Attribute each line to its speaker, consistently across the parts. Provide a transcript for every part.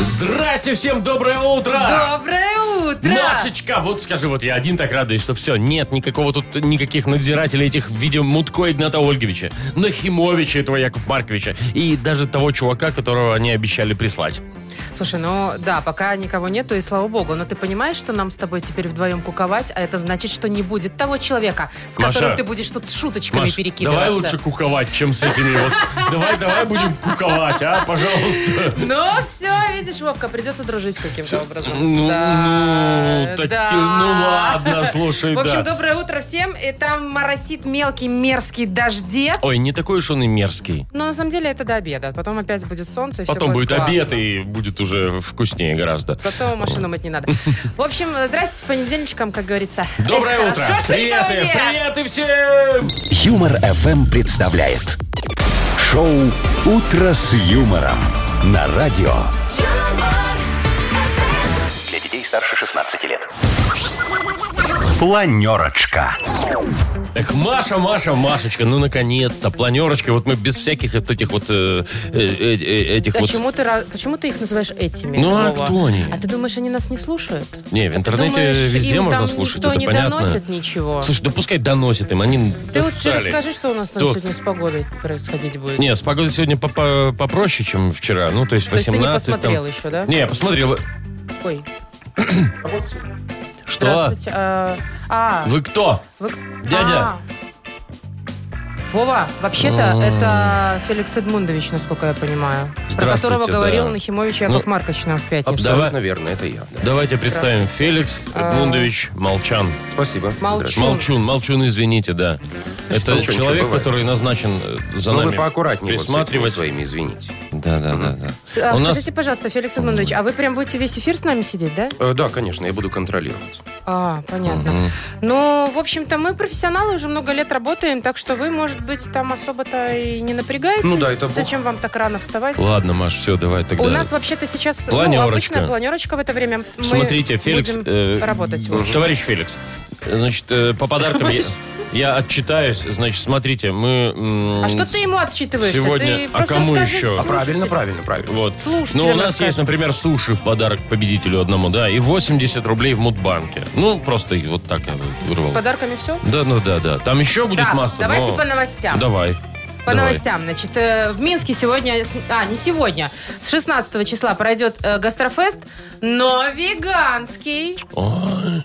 Speaker 1: Здрасте всем, доброе утро!
Speaker 2: Доброе утро!
Speaker 1: Машечка, вот скажи, вот я один так радуюсь, что все, нет никакого тут, никаких надзирателей этих в виде Мутко Игната Ольговича, Нахимовича этого Яков Марковича и даже того чувака, которого они обещали прислать.
Speaker 2: Слушай, ну да, пока никого нету, и слава богу. Но ты понимаешь, что нам с тобой теперь вдвоем куковать, а это значит, что не будет того человека, с
Speaker 1: Маша,
Speaker 2: которым ты будешь тут шуточками
Speaker 1: Маш,
Speaker 2: перекидываться.
Speaker 1: давай лучше куковать, чем с этими вот. Давай, давай будем куковать, а, пожалуйста.
Speaker 2: Ну все, видишь, Вовка, придется дружить каким-то образом.
Speaker 1: Ну,
Speaker 2: Да,
Speaker 1: ну, так,
Speaker 2: да.
Speaker 1: ну ладно, слушай,
Speaker 2: В общем,
Speaker 1: да.
Speaker 2: доброе утро всем. И там моросит мелкий мерзкий дождец.
Speaker 1: Ой, не такой уж он и мерзкий.
Speaker 2: Но на самом деле это до обеда. Потом опять будет солнце, и всё
Speaker 1: Потом будет
Speaker 2: классно.
Speaker 1: обед, и будет уже вкуснее гораздо.
Speaker 2: Потом машину мыть не надо. В общем, здрасте с понедельничком, как говорится.
Speaker 1: Доброе утро!
Speaker 2: Хорошо, что никого
Speaker 1: Приветы!
Speaker 2: нет.
Speaker 1: Приветы всем!
Speaker 3: Юмор ФМ представляет. Шоу «Утро с юмором» на радио.
Speaker 4: Для детей старше 16 лет.
Speaker 3: Планерочка.
Speaker 1: Эх, Маша, Маша, Машечка, ну наконец-то, планерочка. Вот мы без всяких вот этих вот э, э, э, э, этих вот.
Speaker 2: Почему ты, ра- почему ты их называешь этими?
Speaker 1: Ну, а
Speaker 2: Вова?
Speaker 1: кто они?
Speaker 2: А ты думаешь, они нас не слушают?
Speaker 1: Не, в интернете
Speaker 2: Думаешь,
Speaker 1: везде
Speaker 2: им
Speaker 1: можно
Speaker 2: там
Speaker 1: слушать,
Speaker 2: никто
Speaker 1: это
Speaker 2: не
Speaker 1: понятно.
Speaker 2: доносит ничего?
Speaker 1: Слушай, да пускай доносят им, они
Speaker 2: ты лучше
Speaker 1: достали.
Speaker 2: расскажи, что у нас там
Speaker 1: Кто?
Speaker 2: сегодня с погодой происходить будет.
Speaker 1: Не, с погодой сегодня попо- попроще, чем вчера. Ну, то есть
Speaker 2: То есть
Speaker 1: 18.
Speaker 2: ты не
Speaker 1: там.
Speaker 2: посмотрел еще, да?
Speaker 1: Не, я посмотрел.
Speaker 2: Ой,
Speaker 1: Что?
Speaker 2: здравствуйте. А, а,
Speaker 1: Вы кто?
Speaker 2: вы к-
Speaker 1: Дядя.
Speaker 2: а. Вова, вообще-то
Speaker 1: М.
Speaker 2: это Феликс Эдмундович, насколько я понимаю. Про
Speaker 1: Здравствуйте,
Speaker 2: которого говорил
Speaker 1: да.
Speaker 2: Нахимович Яков
Speaker 1: Ну,
Speaker 2: Маркович нам в пятницу.
Speaker 1: абсо- Давай.
Speaker 5: Абсолютно верно, это я. да.
Speaker 1: Давайте представим. Феликс
Speaker 2: А.
Speaker 1: Эдмундович Молчан.
Speaker 5: Спасибо.
Speaker 2: Молчу.
Speaker 5: Здравствуйте.
Speaker 1: Молчун, молчун, извините, да. Это
Speaker 5: Ничего, ничего,
Speaker 1: человек,
Speaker 5: бывает.
Speaker 1: который назначен э, за
Speaker 5: Ну,
Speaker 1: нами
Speaker 5: вы поаккуратнее вот с этими
Speaker 1: присматривать.
Speaker 5: своими, извините.
Speaker 1: Да, да, да, да.
Speaker 2: А,
Speaker 1: У нас-
Speaker 2: Скажите, пожалуйста, Феликс Эдмундович, а вы прям будете весь эфир с нами сидеть, да?
Speaker 5: Э, да, конечно, я буду контролировать.
Speaker 2: А, понятно.
Speaker 1: Мгм.
Speaker 2: Ну, в общем-то, мы профессионалы уже много лет работаем, так что вы, может быть, там особо-то и не напрягаетесь.
Speaker 5: Ну да, это бог.
Speaker 2: Зачем вам так рано вставать?
Speaker 1: Ладно, Маш, все, давай тогда.
Speaker 2: У нас вообще-то сейчас ну,
Speaker 1: Планерочка.
Speaker 2: обычная планерочка в это время. Мы
Speaker 1: Смотрите, Феликс...
Speaker 2: будем
Speaker 1: э,
Speaker 2: работать.
Speaker 1: э, Товарищ Феликс, э, значит, э, по подаркам я, я отчитаюсь. Значит, смотрите, мы... м,
Speaker 2: А что ты ему отчитываешься?
Speaker 1: сегодня-
Speaker 2: Ты
Speaker 1: а
Speaker 2: просто
Speaker 1: кому
Speaker 2: расскажи
Speaker 1: еще? А
Speaker 2: слушателям.
Speaker 5: Правильно, правильно, правильно.
Speaker 1: Вот.
Speaker 2: Слушателям
Speaker 1: Ну, у нас
Speaker 2: расскажешь.
Speaker 1: есть, например, суши в подарок победителю одному, да, и 80 рублей в Мудбанке. Ну, просто и вот так я вырвал.
Speaker 2: С подарками все?
Speaker 1: Да, ну да, да. Там еще будет
Speaker 2: Так,
Speaker 1: масса.
Speaker 2: давайте
Speaker 1: но-
Speaker 2: по новостям.
Speaker 1: Давай.
Speaker 2: По
Speaker 1: давай.
Speaker 2: новостям. Значит, э, в Минске сегодня... с- А, не сегодня. С 16 числа пройдет э, гастрофест, но веганский.
Speaker 1: Ой,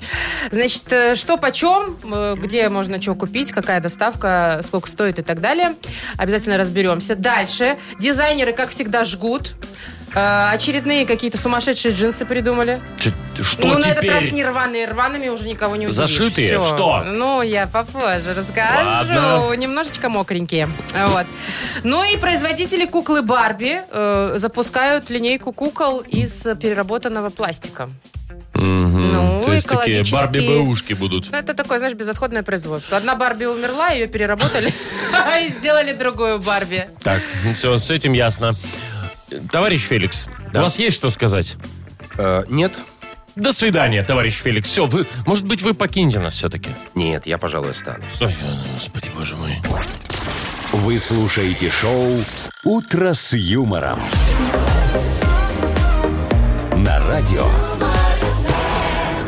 Speaker 2: Значит, э, что почем, э, где можно что купить, какая доставка, сколько стоит и так далее. Обязательно разберемся. Дальше. Дизайнеры, как всегда, жгут. Э, Очередные какие-то сумасшедшие джинсы придумали.
Speaker 1: ч- Что
Speaker 2: ну, на этот раз
Speaker 1: теперь?
Speaker 2: не рваные, рваными уже никого не удивишь.
Speaker 1: Зашитые?
Speaker 2: Всё.
Speaker 1: Что?
Speaker 2: Ну, я попозже расскажу.
Speaker 1: Ладно.
Speaker 2: Немножечко мокренькие. Вот. Ну и производители куклы Барби э, запускают линейку кукол из переработанного пластика.
Speaker 1: Мгм.
Speaker 2: Ну,
Speaker 1: То есть такие
Speaker 2: экологические.
Speaker 1: Барби-бэушки будут.
Speaker 2: Ну, это такое, знаешь, безотходное производство. Одна Барби умерла, ее переработали и сделали другую Барби.
Speaker 1: Так, все, с этим ясно. Товарищ Феликс, у вас есть что сказать?
Speaker 5: Э, нет?
Speaker 1: До свидания, товарищ Феликс. Все, вы, может быть, вы покинете нас все-таки.
Speaker 5: Нет, я, пожалуй, останусь.
Speaker 1: Ой, э, господи, боже мой.
Speaker 3: Вы слушаете шоу «Утро с юмором». На радио.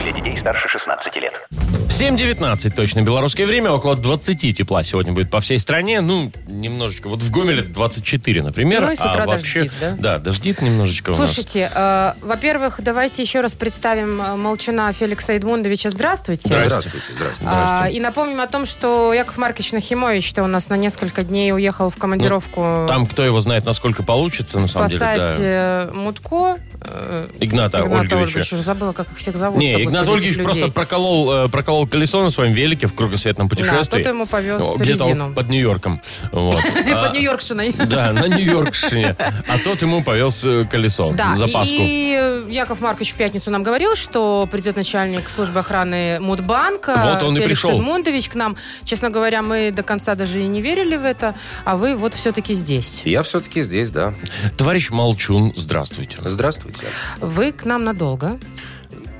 Speaker 4: Для детей старше 16 лет.
Speaker 1: 7.19 точно белорусское время, около 20 тепла сегодня будет по всей стране. Ну, немножечко. Вот в Гомеле 24, например.
Speaker 2: Ну и с утра
Speaker 1: а вообще,
Speaker 2: дождит, да?
Speaker 1: Да, дождит немножечко
Speaker 2: Слушайте, э, во-первых, давайте еще раз представим э, молчуна Феликса Эдмундовича. Здравствуйте.
Speaker 1: Здрасте.
Speaker 5: Здравствуйте, здравствуйте.
Speaker 2: А, и напомним о том, что Яков Маркович Нахимович-то у нас на несколько дней уехал в командировку
Speaker 1: у нас. Там, кто его знает, насколько получится, на Ну, самом деле.
Speaker 2: А, спасать
Speaker 1: да.
Speaker 2: э, Мутко. э,
Speaker 1: Игната Ольговича.
Speaker 2: Уже забыла, как их всех зовут.
Speaker 1: Не, Игнат Ольгиевич просто проколол, э, проколол колесо на своем велике в кругосветном путешествии.
Speaker 2: кто-то ему повез
Speaker 1: Ну, Где-то
Speaker 2: резину.
Speaker 1: вот под Нью-Йорком. Вот.
Speaker 2: Под
Speaker 1: А,
Speaker 2: Нью-Йоркшиной.
Speaker 1: Да, на Нью-Йоркшине. А тот ему повез э, колесо,
Speaker 2: Да,
Speaker 1: запаску.
Speaker 2: и э, Яков Маркович в пятницу нам говорил, что придет начальник службы охраны Мудбанка.
Speaker 1: Вот он и
Speaker 2: Феликс
Speaker 1: пришел.
Speaker 2: Эдмундович к нам. Честно говоря, мы до конца даже и не верили в это, а вы вот все-таки здесь.
Speaker 5: Я все-таки здесь, да.
Speaker 1: Товарищ Молчун, здравствуйте.
Speaker 5: Здравствуйте.
Speaker 2: Вы к нам надолго.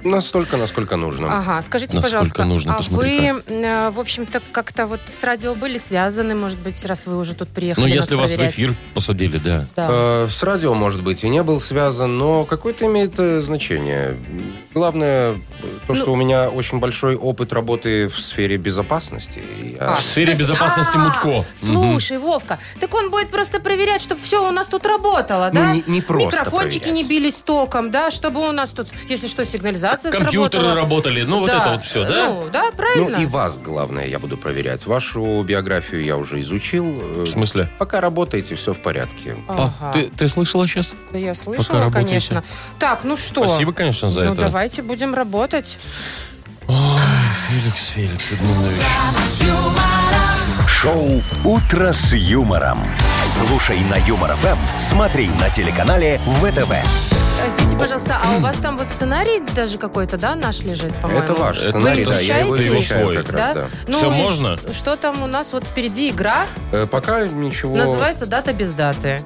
Speaker 5: Настолько, насколько нужно.
Speaker 2: Ага, скажите,
Speaker 1: Насколько
Speaker 2: пожалуйста,
Speaker 1: нужно,
Speaker 2: а
Speaker 1: посмотри-ка.
Speaker 2: вы, э, в общем-то, как-то вот с радио были связаны, может быть, раз вы уже тут приехали
Speaker 1: Ну,
Speaker 2: нас
Speaker 1: если вас в
Speaker 2: проверять?
Speaker 1: эфир посадили, да.
Speaker 2: Да.
Speaker 5: Э, С радио, может быть, и не был связан, но какое-то имеет э, значение. Главное, э, то,
Speaker 2: Ну.
Speaker 5: что у меня очень большой опыт работы в сфере безопасности. И я-
Speaker 2: А,
Speaker 1: В сфере
Speaker 2: то есть-
Speaker 1: безопасности
Speaker 2: А,
Speaker 1: Мутко. Мгм.
Speaker 2: Слушай, Вовка, так он будет просто проверять, чтобы все у нас тут работало,
Speaker 1: Ну,
Speaker 2: да?
Speaker 5: ну, не- не просто
Speaker 2: Микрофончики
Speaker 5: проверять.
Speaker 2: не бились током, да? Чтобы у нас тут, если что, сигнализация
Speaker 1: Компьютеры
Speaker 2: сработала.
Speaker 1: работали, ну вот
Speaker 2: Да.
Speaker 1: это вот все, да?
Speaker 2: Ну, да,
Speaker 5: Ну
Speaker 2: правильно.
Speaker 5: и вас, главное, я буду проверять. Вашу биографию я уже изучил. э,
Speaker 1: В смысле?
Speaker 5: Пока работаете, все в порядке.
Speaker 1: Па,
Speaker 2: Ага.
Speaker 1: ты, ты слышала сейчас?
Speaker 2: Да я
Speaker 1: Пока
Speaker 2: слышала,
Speaker 1: работаете.
Speaker 2: конечно. Так, ну что?
Speaker 1: Спасибо, конечно, за
Speaker 2: ну,
Speaker 1: это.
Speaker 2: давайте будем работать.
Speaker 1: Феликс, Феликс Эдмундович.
Speaker 3: Шоу «Утро с юмором». Слушай на Юмор ФМ, смотри на телеканале ВТВ.
Speaker 2: Простите, пожалуйста, а у вас там вот сценарий даже какой-то, да, наш лежит, по-моему?
Speaker 5: Это ваш
Speaker 1: Это
Speaker 5: сценарий,
Speaker 2: вы
Speaker 5: да, я его
Speaker 2: изучаете?
Speaker 5: изучаю
Speaker 1: Ты его
Speaker 5: как раз, да.
Speaker 2: Ну,
Speaker 1: Всё
Speaker 2: и
Speaker 1: можно?
Speaker 2: ш- Что там у нас вот впереди игра?
Speaker 5: Э, Пока ничего.
Speaker 2: Называется «Дата без даты».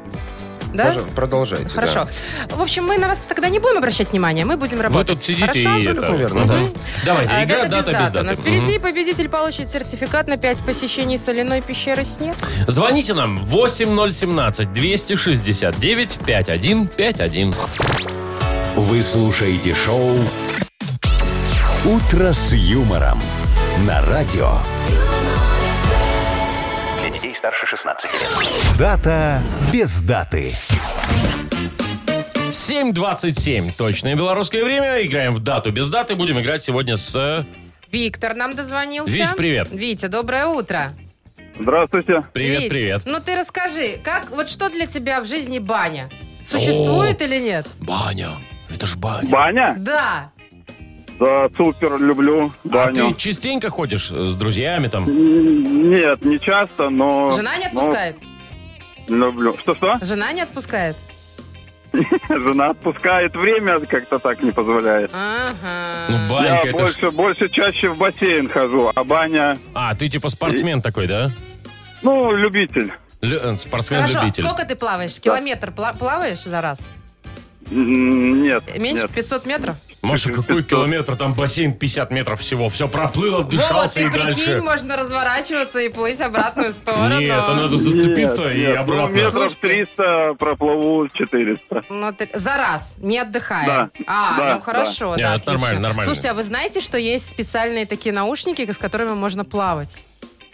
Speaker 2: Да?
Speaker 5: Пожа- Продолжайте.
Speaker 2: Хорошо.
Speaker 5: да.
Speaker 2: В общем, мы на вас тогда не будем обращать внимания, мы будем
Speaker 1: Вы
Speaker 2: работать.
Speaker 1: тут сидите
Speaker 2: Хорошо?
Speaker 1: и это...
Speaker 5: Абсолютно верно,
Speaker 1: да.
Speaker 5: Мгм.
Speaker 1: Давайте,
Speaker 2: А,
Speaker 1: игра,
Speaker 2: дата без даты. У нас
Speaker 1: Мгм.
Speaker 2: впереди победитель получит сертификат на 5 посещений соляной пещеры снег.
Speaker 1: Звоните нам 8017-269-5151.
Speaker 3: Вы слушаете шоу «Утро с юмором» на радио.
Speaker 4: Для детей старше 16 лет.
Speaker 3: Дата без даты.
Speaker 1: 7.27. Точное белорусское время. Играем в дату без даты. Будем играть сегодня с... э,
Speaker 2: Виктор нам дозвонился.
Speaker 1: Вить, привет.
Speaker 2: Витя, доброе утро.
Speaker 6: Здравствуйте.
Speaker 1: Привет,
Speaker 2: Вить,
Speaker 1: привет.
Speaker 2: Ну ты расскажи, как вот что для тебя в жизни баня? Существует или нет?
Speaker 1: Баня. Это ж баня.
Speaker 6: Баня?
Speaker 2: Да.
Speaker 6: Да, супер, люблю
Speaker 1: А
Speaker 6: баню.
Speaker 1: ты частенько ходишь э, с друзьями там?
Speaker 6: М, Нет, не часто, но...
Speaker 2: Жена не отпускает?
Speaker 6: но люблю. Что-что?
Speaker 2: Жена не отпускает?
Speaker 6: Жена отпускает время, а как-то так не позволяет.
Speaker 2: Ага.
Speaker 1: Ну, банька,
Speaker 6: Я
Speaker 1: это ж-
Speaker 6: больше, больше чаще в бассейн хожу, а баня...
Speaker 1: А, ты типа спортсмен такой, да?
Speaker 6: Ну, любитель.
Speaker 1: Лю- э, Спортсмен-любитель.
Speaker 2: Хорошо, сколько ты плаваешь? Километр пла- плаваешь за раз?
Speaker 6: М, Нет,
Speaker 2: Э, Меньше
Speaker 6: нет.
Speaker 2: 500 метров?
Speaker 1: Маша, какой километр? Там бассейн 50 метров всего. Все проплыл, отдышался
Speaker 2: Вова,
Speaker 1: и
Speaker 2: ты Ну прикинь,
Speaker 1: дальше.
Speaker 2: можно разворачиваться и плыть в обратную сторону.
Speaker 1: Нет, а надо зацепиться
Speaker 6: Нет,
Speaker 1: и
Speaker 6: нет, ну,
Speaker 1: обратно.
Speaker 6: метров
Speaker 2: Слушайте.
Speaker 6: 300 проплыву 400.
Speaker 2: Ну, ты- за раз, не отдыхая.
Speaker 6: Да,
Speaker 2: А,
Speaker 6: да,
Speaker 2: ну
Speaker 1: да.
Speaker 2: хорошо, да,
Speaker 1: Не,
Speaker 2: отлично.
Speaker 1: нормально, нормально.
Speaker 2: Слушайте, а вы знаете, что есть специальные такие наушники, с которыми можно плавать?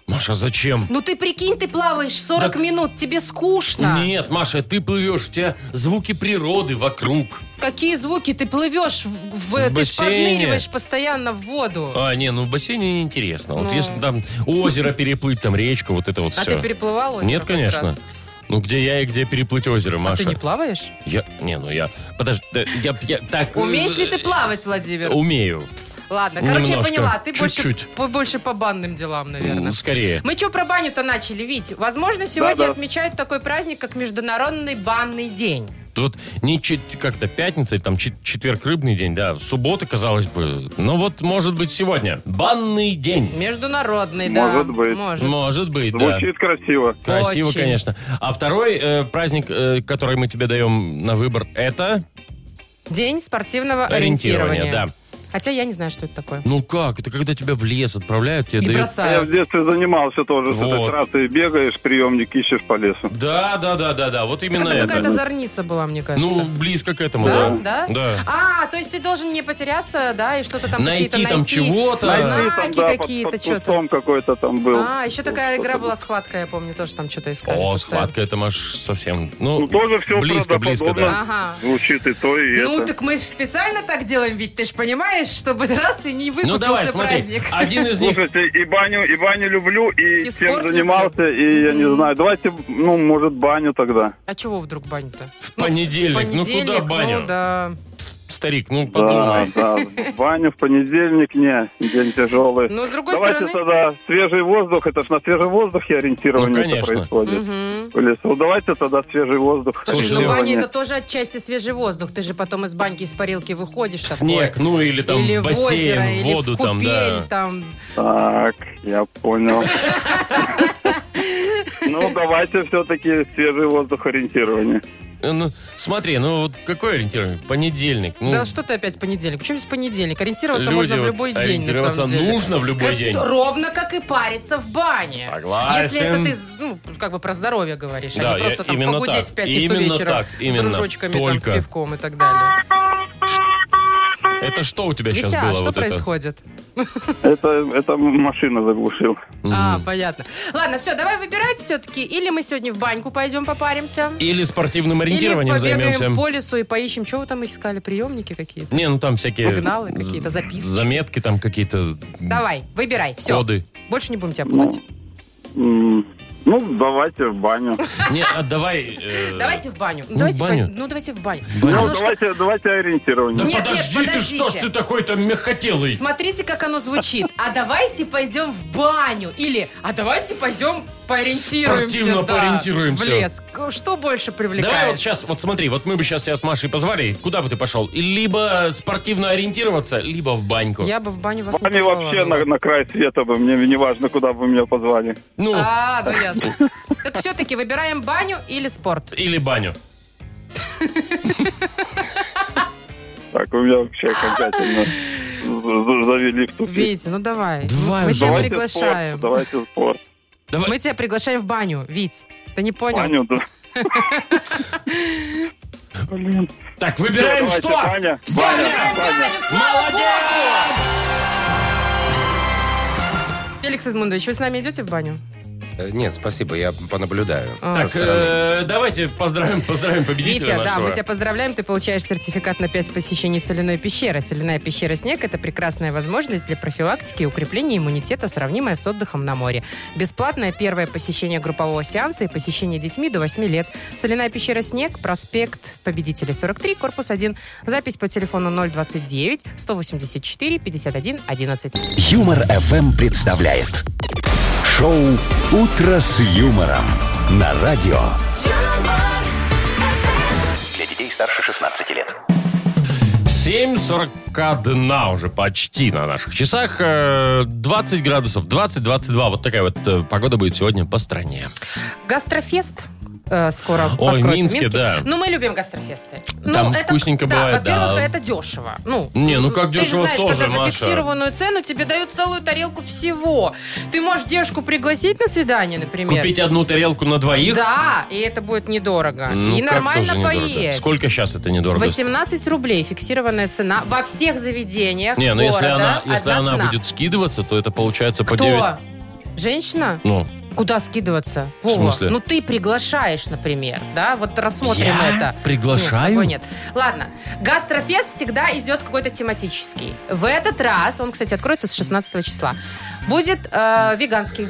Speaker 1: Маша, зачем?
Speaker 2: Ну ты прикинь, ты плаваешь 40
Speaker 1: Да-
Speaker 2: минут, тебе скучно.
Speaker 1: Нет, Маша, ты плывешь, у тебя звуки природы вокруг.
Speaker 2: Какие звуки? Ты плывешь, в, в- ты ж
Speaker 1: бассейне.
Speaker 2: подныриваешь постоянно в воду. А,
Speaker 1: А, не, ну в бассейне неинтересно. Вот
Speaker 2: Ну. А
Speaker 1: если там озеро переплыть, там речку, вот это вот все.
Speaker 2: ты переплывала озеро
Speaker 1: Нет,
Speaker 2: хоть
Speaker 1: конечно.
Speaker 2: раз?
Speaker 1: Ну где я и где переплыть озеро,
Speaker 2: А
Speaker 1: Маша?
Speaker 2: ты не плаваешь?
Speaker 1: Я, не, ну я, подожди, да, я, я так... э,
Speaker 2: Умеешь ли ты плавать, Владимир?
Speaker 1: Умею,
Speaker 2: Ладно, короче,
Speaker 1: Немножко.
Speaker 2: я поняла. а Ты
Speaker 1: Чуть-чуть.
Speaker 2: больше, по, больше по банным делам, наверное.
Speaker 1: М, скорее.
Speaker 2: Мы что про баню-то начали, Вить? Возможно, сегодня
Speaker 6: Да-да.
Speaker 2: отмечают такой праздник, как Международный банный день.
Speaker 1: Тут не чет- как-то пятница, или там чет- четверг рыбный день, да, суббота, казалось бы. Ну вот, может быть, сегодня. Банный день.
Speaker 2: Международный, да.
Speaker 6: Может быть.
Speaker 2: Может.
Speaker 1: Может быть, да.
Speaker 6: Звучит красиво.
Speaker 1: Красиво,
Speaker 2: Очень.
Speaker 1: конечно. А второй э, праздник, э, который мы тебе даем на выбор, это
Speaker 2: День спортивного
Speaker 1: ориентирование, да.
Speaker 2: ориентирования. Хотя я не знаю, что это такое.
Speaker 1: Ну как? Это когда тебя в лес отправляют, тебе
Speaker 2: И
Speaker 1: дают...
Speaker 6: Я в
Speaker 2: бросаю.
Speaker 6: детстве занимался тоже. с
Speaker 1: Вот.
Speaker 6: этой трассы бегаешь, приемник ищешь по лесу.
Speaker 1: Да, да, да, да, да. Вот именно
Speaker 2: Это какая-то
Speaker 1: это.
Speaker 2: зорница была, мне кажется.
Speaker 1: Ну, близко к этому,
Speaker 2: да,
Speaker 1: да.
Speaker 2: да?
Speaker 1: Да.
Speaker 2: А, то есть ты должен не потеряться, да, и что-то там
Speaker 1: Найти
Speaker 2: какие-то
Speaker 1: там чего-то.
Speaker 2: знаки
Speaker 6: Найти там, да, под-
Speaker 2: какие-то,
Speaker 6: под
Speaker 2: что-то.
Speaker 6: кустом какой-то там был.
Speaker 2: А, еще такая
Speaker 6: Что-то
Speaker 2: игра
Speaker 6: было.
Speaker 2: была схватка, я помню, тоже там что-то искали.
Speaker 1: О,
Speaker 2: постоянно.
Speaker 1: схватка, это, Маш, совсем... Ну,
Speaker 6: Ну, тоже все
Speaker 1: близко, близко, да.
Speaker 6: правдоподобно.
Speaker 2: Ага.
Speaker 6: Звучит и то, и
Speaker 2: Ну,
Speaker 6: это.
Speaker 2: так мы ж специально так делаем, ведь ты же понимаешь, знаешь, чтобы раз и не
Speaker 1: Ну давай,
Speaker 2: выкупился
Speaker 1: смотри.
Speaker 2: А, праздник.
Speaker 1: Один из них...
Speaker 6: Слушайте, и баню, и баню люблю, и,
Speaker 2: И
Speaker 6: всем
Speaker 2: спорт
Speaker 6: занимался, и я не знаю. Давайте, ну, может, баню тогда.
Speaker 2: А чего вдруг баню-то?
Speaker 1: В понедельник.
Speaker 2: Понедельник,
Speaker 1: ну куда баню?
Speaker 2: ну да.
Speaker 1: Старик, ну подумай.
Speaker 6: Да, да. Баню в понедельник, не, день тяжелый.
Speaker 2: Но Ну, с другой
Speaker 6: Давайте
Speaker 2: стороны...
Speaker 6: тогда свежий воздух, это ж на свежий воздухе
Speaker 1: Ну,
Speaker 6: ориентирование
Speaker 1: конечно.
Speaker 6: происходит.
Speaker 2: Мгм.
Speaker 6: В лесу. Давайте тогда свежий воздух.
Speaker 2: Слушай,
Speaker 1: Слушай,
Speaker 2: ну баня
Speaker 6: ориентирование.
Speaker 2: это тоже отчасти свежий воздух. Ты же потом из баньки, из парилки выходишь.
Speaker 1: В
Speaker 2: такой.
Speaker 1: снег, ну или там
Speaker 2: или
Speaker 1: в
Speaker 2: в
Speaker 1: бассейн,
Speaker 2: озеро,
Speaker 1: в
Speaker 2: или
Speaker 1: воду
Speaker 2: в
Speaker 1: там, да.
Speaker 2: купель, там,
Speaker 6: Так, я понял. Ну, давайте все-таки свежий воздух ориентирования.
Speaker 1: Э, Ну, смотри, ну вот какой ориентирование? Понедельник. Ну,
Speaker 2: Да что ты опять понедельник? Почему здесь понедельник? Ориентироваться
Speaker 1: люди
Speaker 2: можно в
Speaker 1: вот
Speaker 2: любой день, на
Speaker 1: ориентироваться
Speaker 2: самом деле.
Speaker 1: нужно в любой
Speaker 2: Как-
Speaker 1: день.
Speaker 2: Ровно как и париться в бане.
Speaker 1: Согласен.
Speaker 2: Если это ты, ну, как бы про здоровье говоришь, а
Speaker 1: Да,
Speaker 2: не просто
Speaker 1: я-
Speaker 2: там
Speaker 1: именно
Speaker 2: погудеть
Speaker 1: так.
Speaker 2: в пятницу
Speaker 1: Именно
Speaker 2: вечером
Speaker 1: так, именно.
Speaker 2: с дружочками, там, с
Speaker 1: Только.
Speaker 2: пивком и так далее.
Speaker 1: Это что у тебя сейчас
Speaker 2: Витя, а
Speaker 1: было?
Speaker 2: что
Speaker 1: вот это?
Speaker 2: происходит?
Speaker 6: Это, это машина заглушила.
Speaker 2: А, понятно. Ладно, все, давай выбирать все-таки. Или мы сегодня в баньку пойдем попаримся,
Speaker 1: Или спортивным
Speaker 2: или
Speaker 1: ориентированием
Speaker 2: побегаем
Speaker 1: займемся.
Speaker 2: по лесу и поищем, что вы там искали, приемники какие-то.
Speaker 1: Не, ну там всякие...
Speaker 2: Сигналы
Speaker 1: з-
Speaker 2: какие-то, записки.
Speaker 1: Заметки там какие-то...
Speaker 2: Давай, выбирай, все.
Speaker 1: Коды.
Speaker 2: Больше не будем тебя путать.
Speaker 6: Ну, М, Ну, давайте в баню.
Speaker 1: Не, а давай... э,
Speaker 2: Давайте в баню.
Speaker 1: в
Speaker 2: давайте
Speaker 1: баню.
Speaker 2: В баню. Ну, давайте в баню.
Speaker 1: Баню.
Speaker 2: Оно
Speaker 6: Ну,
Speaker 2: ж как-
Speaker 6: давайте, давайте ориентирование.
Speaker 1: Да
Speaker 2: Нет,
Speaker 1: подожди,
Speaker 2: нет,
Speaker 1: ты что ж
Speaker 2: подождите.
Speaker 1: ты такой там мягкотелый?
Speaker 2: Смотрите, как оно звучит. А давайте пойдем в баню. Или, а давайте пойдем поориентируемся.
Speaker 1: Спортивно
Speaker 2: да,
Speaker 1: поориентируемся.
Speaker 2: В лес. К- Что больше
Speaker 1: Давай вот
Speaker 2: привлекает?
Speaker 1: сейчас, вот смотри, вот мы бы сейчас тебя с Машей позвали, куда бы ты пошел? И Либо спортивно ориентироваться, либо в баньку.
Speaker 2: Я бы в баню вас
Speaker 6: В
Speaker 2: не
Speaker 6: бане вообще
Speaker 2: позвала.
Speaker 6: на, на край света бы, мне не важно, куда бы меня позвали.
Speaker 1: Ну,
Speaker 2: А, ну ясно. Так все-таки выбираем баню или спорт.
Speaker 1: или баню.
Speaker 6: Так, у меня вообще окончательно з- з- завели в тупик.
Speaker 2: Витя, ну давай.
Speaker 1: Давай
Speaker 2: Мы
Speaker 1: уже.
Speaker 2: тебя
Speaker 6: Давайте
Speaker 2: приглашаем.
Speaker 6: спорт, давайте спорт.
Speaker 1: Давай.
Speaker 2: Мы тебя приглашаем в баню, Вить. Ты не понял?
Speaker 6: Баню, да.
Speaker 1: Так, выбираем
Speaker 6: Всё,
Speaker 1: что?
Speaker 6: давайте, Баня.
Speaker 2: Всё,
Speaker 6: баня,
Speaker 2: выбираем
Speaker 6: баня.
Speaker 2: баню, слава
Speaker 1: Молодец!
Speaker 2: богу! Феликс Эдмундович, вы с нами идете в баню?
Speaker 5: Э, Нет, спасибо, я понаблюдаю
Speaker 2: А.
Speaker 5: со
Speaker 1: Так,
Speaker 5: стороны.
Speaker 1: э, давайте поздравим, поздравим победителя
Speaker 2: Витя, да,
Speaker 1: нашего.
Speaker 2: мы тебя поздравляем. Ты получаешь сертификат на 5 посещений соляной пещеры. Соляная пещера «Снег» — это прекрасная возможность для профилактики и укрепления иммунитета, сравнимая с отдыхом на море. Бесплатное первое посещение группового сеанса и посещение детьми до 8 лет. Соляная пещера «Снег», проспект Победителей 43, корпус 1. Запись по телефону 029 184 51 11.
Speaker 3: Юмор FM представляет шоу Утро с юмором на радио.
Speaker 4: Для детей старше 16 лет.
Speaker 1: 7.41 уже почти на наших часах. Э, 20 градусов, 20-22. Вот такая вот э, погода будет сегодня по стране.
Speaker 2: Гастрофест э, скоро
Speaker 1: Ой,
Speaker 2: откроется
Speaker 1: в Минске, да.
Speaker 2: Ну, мы любим гастрофесты.
Speaker 1: Там
Speaker 2: ну, это-
Speaker 1: вкусненько бывает, да.
Speaker 2: Во-первых, это дешево. Ну,
Speaker 1: Не, ну как
Speaker 2: Ты же
Speaker 1: дешево
Speaker 2: знаешь,
Speaker 1: тоже,
Speaker 2: когда за
Speaker 1: Маша.
Speaker 2: фиксированную цену тебе дают целую тарелку всего. Ты можешь девушку пригласить на свидание, например.
Speaker 1: Купить одну тарелку на двоих?
Speaker 2: Да, и это будет недорого.
Speaker 1: Ну,
Speaker 2: и
Speaker 1: как
Speaker 2: нормально
Speaker 1: тоже недорого.
Speaker 2: поесть.
Speaker 1: Сколько сейчас это недорого?
Speaker 2: 18 рублей фиксированная цена во всех заведениях
Speaker 1: Не, ну
Speaker 2: города.
Speaker 1: если она, если
Speaker 2: Одна
Speaker 1: она
Speaker 2: цена.
Speaker 1: будет скидываться, то это получается по
Speaker 2: Кто?
Speaker 1: 9...
Speaker 2: Женщина?
Speaker 1: Ну,
Speaker 2: Куда скидываться? Вова,
Speaker 1: смысле?
Speaker 2: ну ты приглашаешь, например, да? Вот рассмотрим
Speaker 1: Я
Speaker 2: это.
Speaker 1: приглашаю?
Speaker 2: Нет, с тобой нет. Ладно, гастрофест всегда идет какой-то тематический. В этот раз, он, кстати, откроется с 16 числа, будет э, веганский.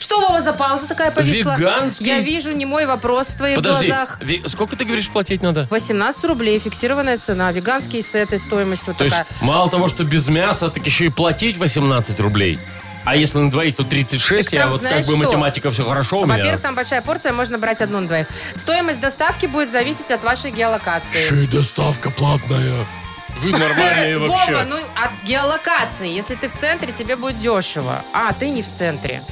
Speaker 2: Что, Вова, за пауза такая повисла?
Speaker 1: Веганский?
Speaker 2: Я вижу немой вопрос в твоих
Speaker 1: подожди,
Speaker 2: глазах.
Speaker 1: Ви- сколько ты говоришь платить надо?
Speaker 2: 18 рублей, фиксированная цена. Веганские сеты, стоимость вот
Speaker 1: То есть
Speaker 2: такая.
Speaker 1: мало того, что без мяса, так еще и платить 18 рублей. А если на двоих, то 36.
Speaker 2: Так
Speaker 1: Я
Speaker 2: там
Speaker 1: вот как
Speaker 2: знаешь
Speaker 1: бы
Speaker 2: что?
Speaker 1: математика все хорошо у меня.
Speaker 2: Во-первых, там большая порция, можно брать одну на двоих. Стоимость доставки будет зависеть от вашей геолокации.
Speaker 1: Еще и доставка платная. Вы нормальные
Speaker 2: Вова,
Speaker 1: вообще.
Speaker 2: ну от геолокации. Если ты в центре, тебе будет дешево. А, ты не в центре.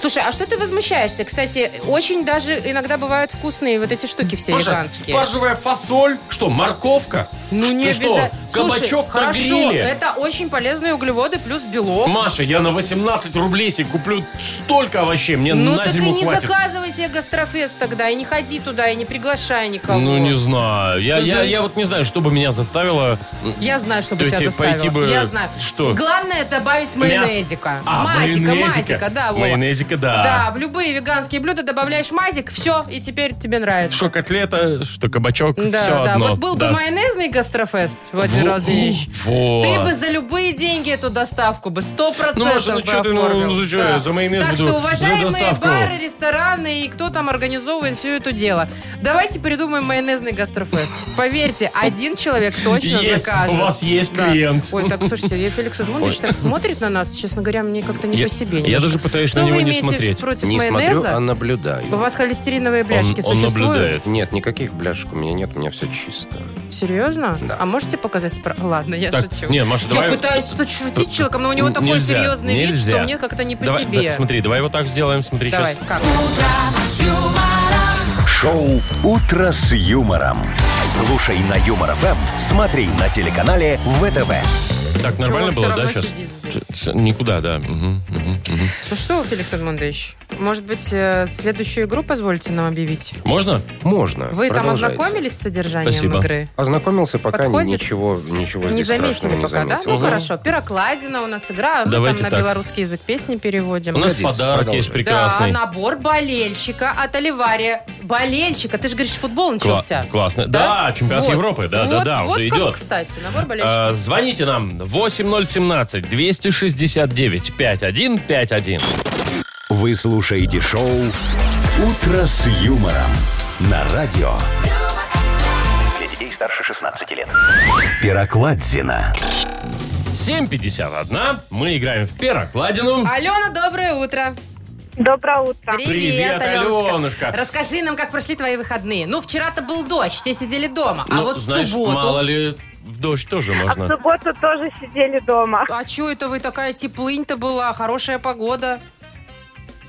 Speaker 2: Слушай, а что ты возмущаешься? Кстати, очень даже иногда бывают вкусные вот эти штуки все
Speaker 1: Маша,
Speaker 2: веганские.
Speaker 1: спаржевая фасоль, что, морковка?
Speaker 2: Ну
Speaker 1: Что-
Speaker 2: не
Speaker 1: что,
Speaker 2: обяза- Слушай,
Speaker 1: кабачок на
Speaker 2: хорошо,
Speaker 1: гриле?
Speaker 2: это очень полезные углеводы плюс белок.
Speaker 1: Маша, я на 18 рублей себе куплю столько овощей, мне
Speaker 2: ну
Speaker 1: на
Speaker 2: так и
Speaker 1: зиму
Speaker 2: не
Speaker 1: хватит.
Speaker 2: заказывай себе гастрофест тогда, и не ходи туда, и не приглашай никого.
Speaker 1: Ну, не знаю. Я, я,
Speaker 2: Мгм.
Speaker 1: я вот не знаю, что бы меня заставило... м,
Speaker 2: Я знаю, что бы
Speaker 1: То
Speaker 2: тебя
Speaker 1: есть
Speaker 2: заставило.
Speaker 1: пойти бы-
Speaker 2: Я знаю.
Speaker 1: что?
Speaker 2: Главное добавить
Speaker 1: Мясо.
Speaker 2: майонезика.
Speaker 1: А,
Speaker 2: Мазика,
Speaker 1: майонезика.
Speaker 2: мазика, да, Вова.
Speaker 1: майонезика, да.
Speaker 2: Да, в любые веганские блюда добавляешь мазик, все, и теперь тебе нравится.
Speaker 1: Что котлета, что кабачок,
Speaker 2: Да,
Speaker 1: все
Speaker 2: да.
Speaker 1: одно.
Speaker 2: Вот был
Speaker 1: да.
Speaker 2: бы майонезный гастрофест, Владимир
Speaker 1: Во-
Speaker 2: Владимирович.
Speaker 1: вот.
Speaker 2: Ты бы за любые деньги эту доставку бы сто
Speaker 1: Ну,
Speaker 2: процентов
Speaker 1: Маша, ну чё ты, ну, ну, за чё я за майонез
Speaker 2: Так
Speaker 1: буду,
Speaker 2: что,
Speaker 1: за
Speaker 2: уважаемые
Speaker 1: доставку?
Speaker 2: бары, рестораны и кто там организовывает все это дело, давайте придумаем майонезный гастрофест. Поверьте, один человек точно
Speaker 1: Есть,
Speaker 2: закажет.
Speaker 1: у вас есть клиент.
Speaker 2: Ой, так, слушайте, я- Феликс Эдмундович так смотрит на нас, честно говоря, мне как-то не
Speaker 1: Я-
Speaker 2: по себе.
Speaker 1: я
Speaker 2: немножко.
Speaker 1: даже пытаюсь
Speaker 2: Что
Speaker 1: на него
Speaker 2: вы
Speaker 1: не
Speaker 2: имеете
Speaker 1: смотреть.
Speaker 2: против
Speaker 5: Не смотрю, а
Speaker 2: майонеза? У
Speaker 5: наблюдаю.
Speaker 2: вас холестериновые бляшки
Speaker 1: он, он
Speaker 2: существуют?
Speaker 1: наблюдает.
Speaker 5: Нет, никаких бляшек у меня нет, у меня все чисто.
Speaker 2: Серьезно?
Speaker 5: Да.
Speaker 2: А можете показать справ... Ладно, я
Speaker 1: Так,
Speaker 2: шучу.
Speaker 1: не, Маша,
Speaker 2: я
Speaker 1: давай-
Speaker 2: пытаюсь сошутить человеком, но у него такой
Speaker 1: Нельзя,
Speaker 2: серьезный вид,
Speaker 1: нельзя.
Speaker 2: что мне как-то не по
Speaker 1: Давай,
Speaker 2: себе.
Speaker 1: да, смотри, давай вот так сделаем, смотри,
Speaker 2: Давай,
Speaker 1: сейчас.
Speaker 2: как?
Speaker 3: Шоу «Утро с юмором». Слушай на Юмор ФМ, смотри на телеканале ВТВ.
Speaker 1: Так, нормально
Speaker 2: Чувак всё
Speaker 1: было, да,
Speaker 2: равно
Speaker 1: сейчас?
Speaker 2: сидит здесь.
Speaker 1: Никуда, да. Мгм, мгм, мгм.
Speaker 2: Ну что, Феликс Эдмундович, может быть, э, следующую игру позволите нам объявить?
Speaker 1: Можно?
Speaker 5: Можно.
Speaker 2: Вы там
Speaker 5: продолжайте.
Speaker 2: ознакомились с содержанием
Speaker 1: Спасибо.
Speaker 2: игры?
Speaker 5: Ознакомился, пока
Speaker 2: Подходит?
Speaker 5: ничего, ничего
Speaker 2: не
Speaker 5: здесь
Speaker 2: заметили
Speaker 5: страшного не
Speaker 2: пока, да?
Speaker 5: заметил.
Speaker 2: Ну
Speaker 1: Ага.
Speaker 2: хорошо, пирокладина у нас игра, а мы
Speaker 1: Давайте
Speaker 2: там на
Speaker 1: так.
Speaker 2: белорусский язык песни переводим.
Speaker 1: У нас
Speaker 5: Годится,
Speaker 1: подарок есть
Speaker 5: продолжай.
Speaker 1: прекрасный.
Speaker 2: Да, а набор болельщика от Оливария. Болельщика. Ты же говоришь, футбол
Speaker 1: Кла-
Speaker 2: начался.
Speaker 1: классно. Да, чемпионат
Speaker 2: Вот.
Speaker 1: Европы, да, да,
Speaker 2: Вот-
Speaker 1: да,
Speaker 2: вот
Speaker 1: уже
Speaker 2: кому,
Speaker 1: идет.
Speaker 2: кстати, набор болельщика.
Speaker 1: А, звоните нам 8017 269 5151.
Speaker 3: Вы слушаете шоу «Утро с юмором» на радио
Speaker 4: Для детей старше 16 лет.
Speaker 3: Пирокладзина.
Speaker 1: 751. Мы играем в перокладину.
Speaker 2: Алена, доброе утро.
Speaker 7: Доброе утро.
Speaker 2: А, Привет,
Speaker 1: Привет,
Speaker 2: Аленушка.
Speaker 1: Аленушка.
Speaker 2: Расскажи нам, как прошли твои выходные. Ну, вчера-то был дождь, все сидели дома. а
Speaker 1: Ну,
Speaker 2: вот в
Speaker 1: знаешь,
Speaker 2: субботу...
Speaker 1: мало ли, в дождь тоже
Speaker 7: А в
Speaker 1: можно.
Speaker 7: субботу тоже сидели дома.
Speaker 2: А чё это вы такая теплынь-то была, хорошая погода?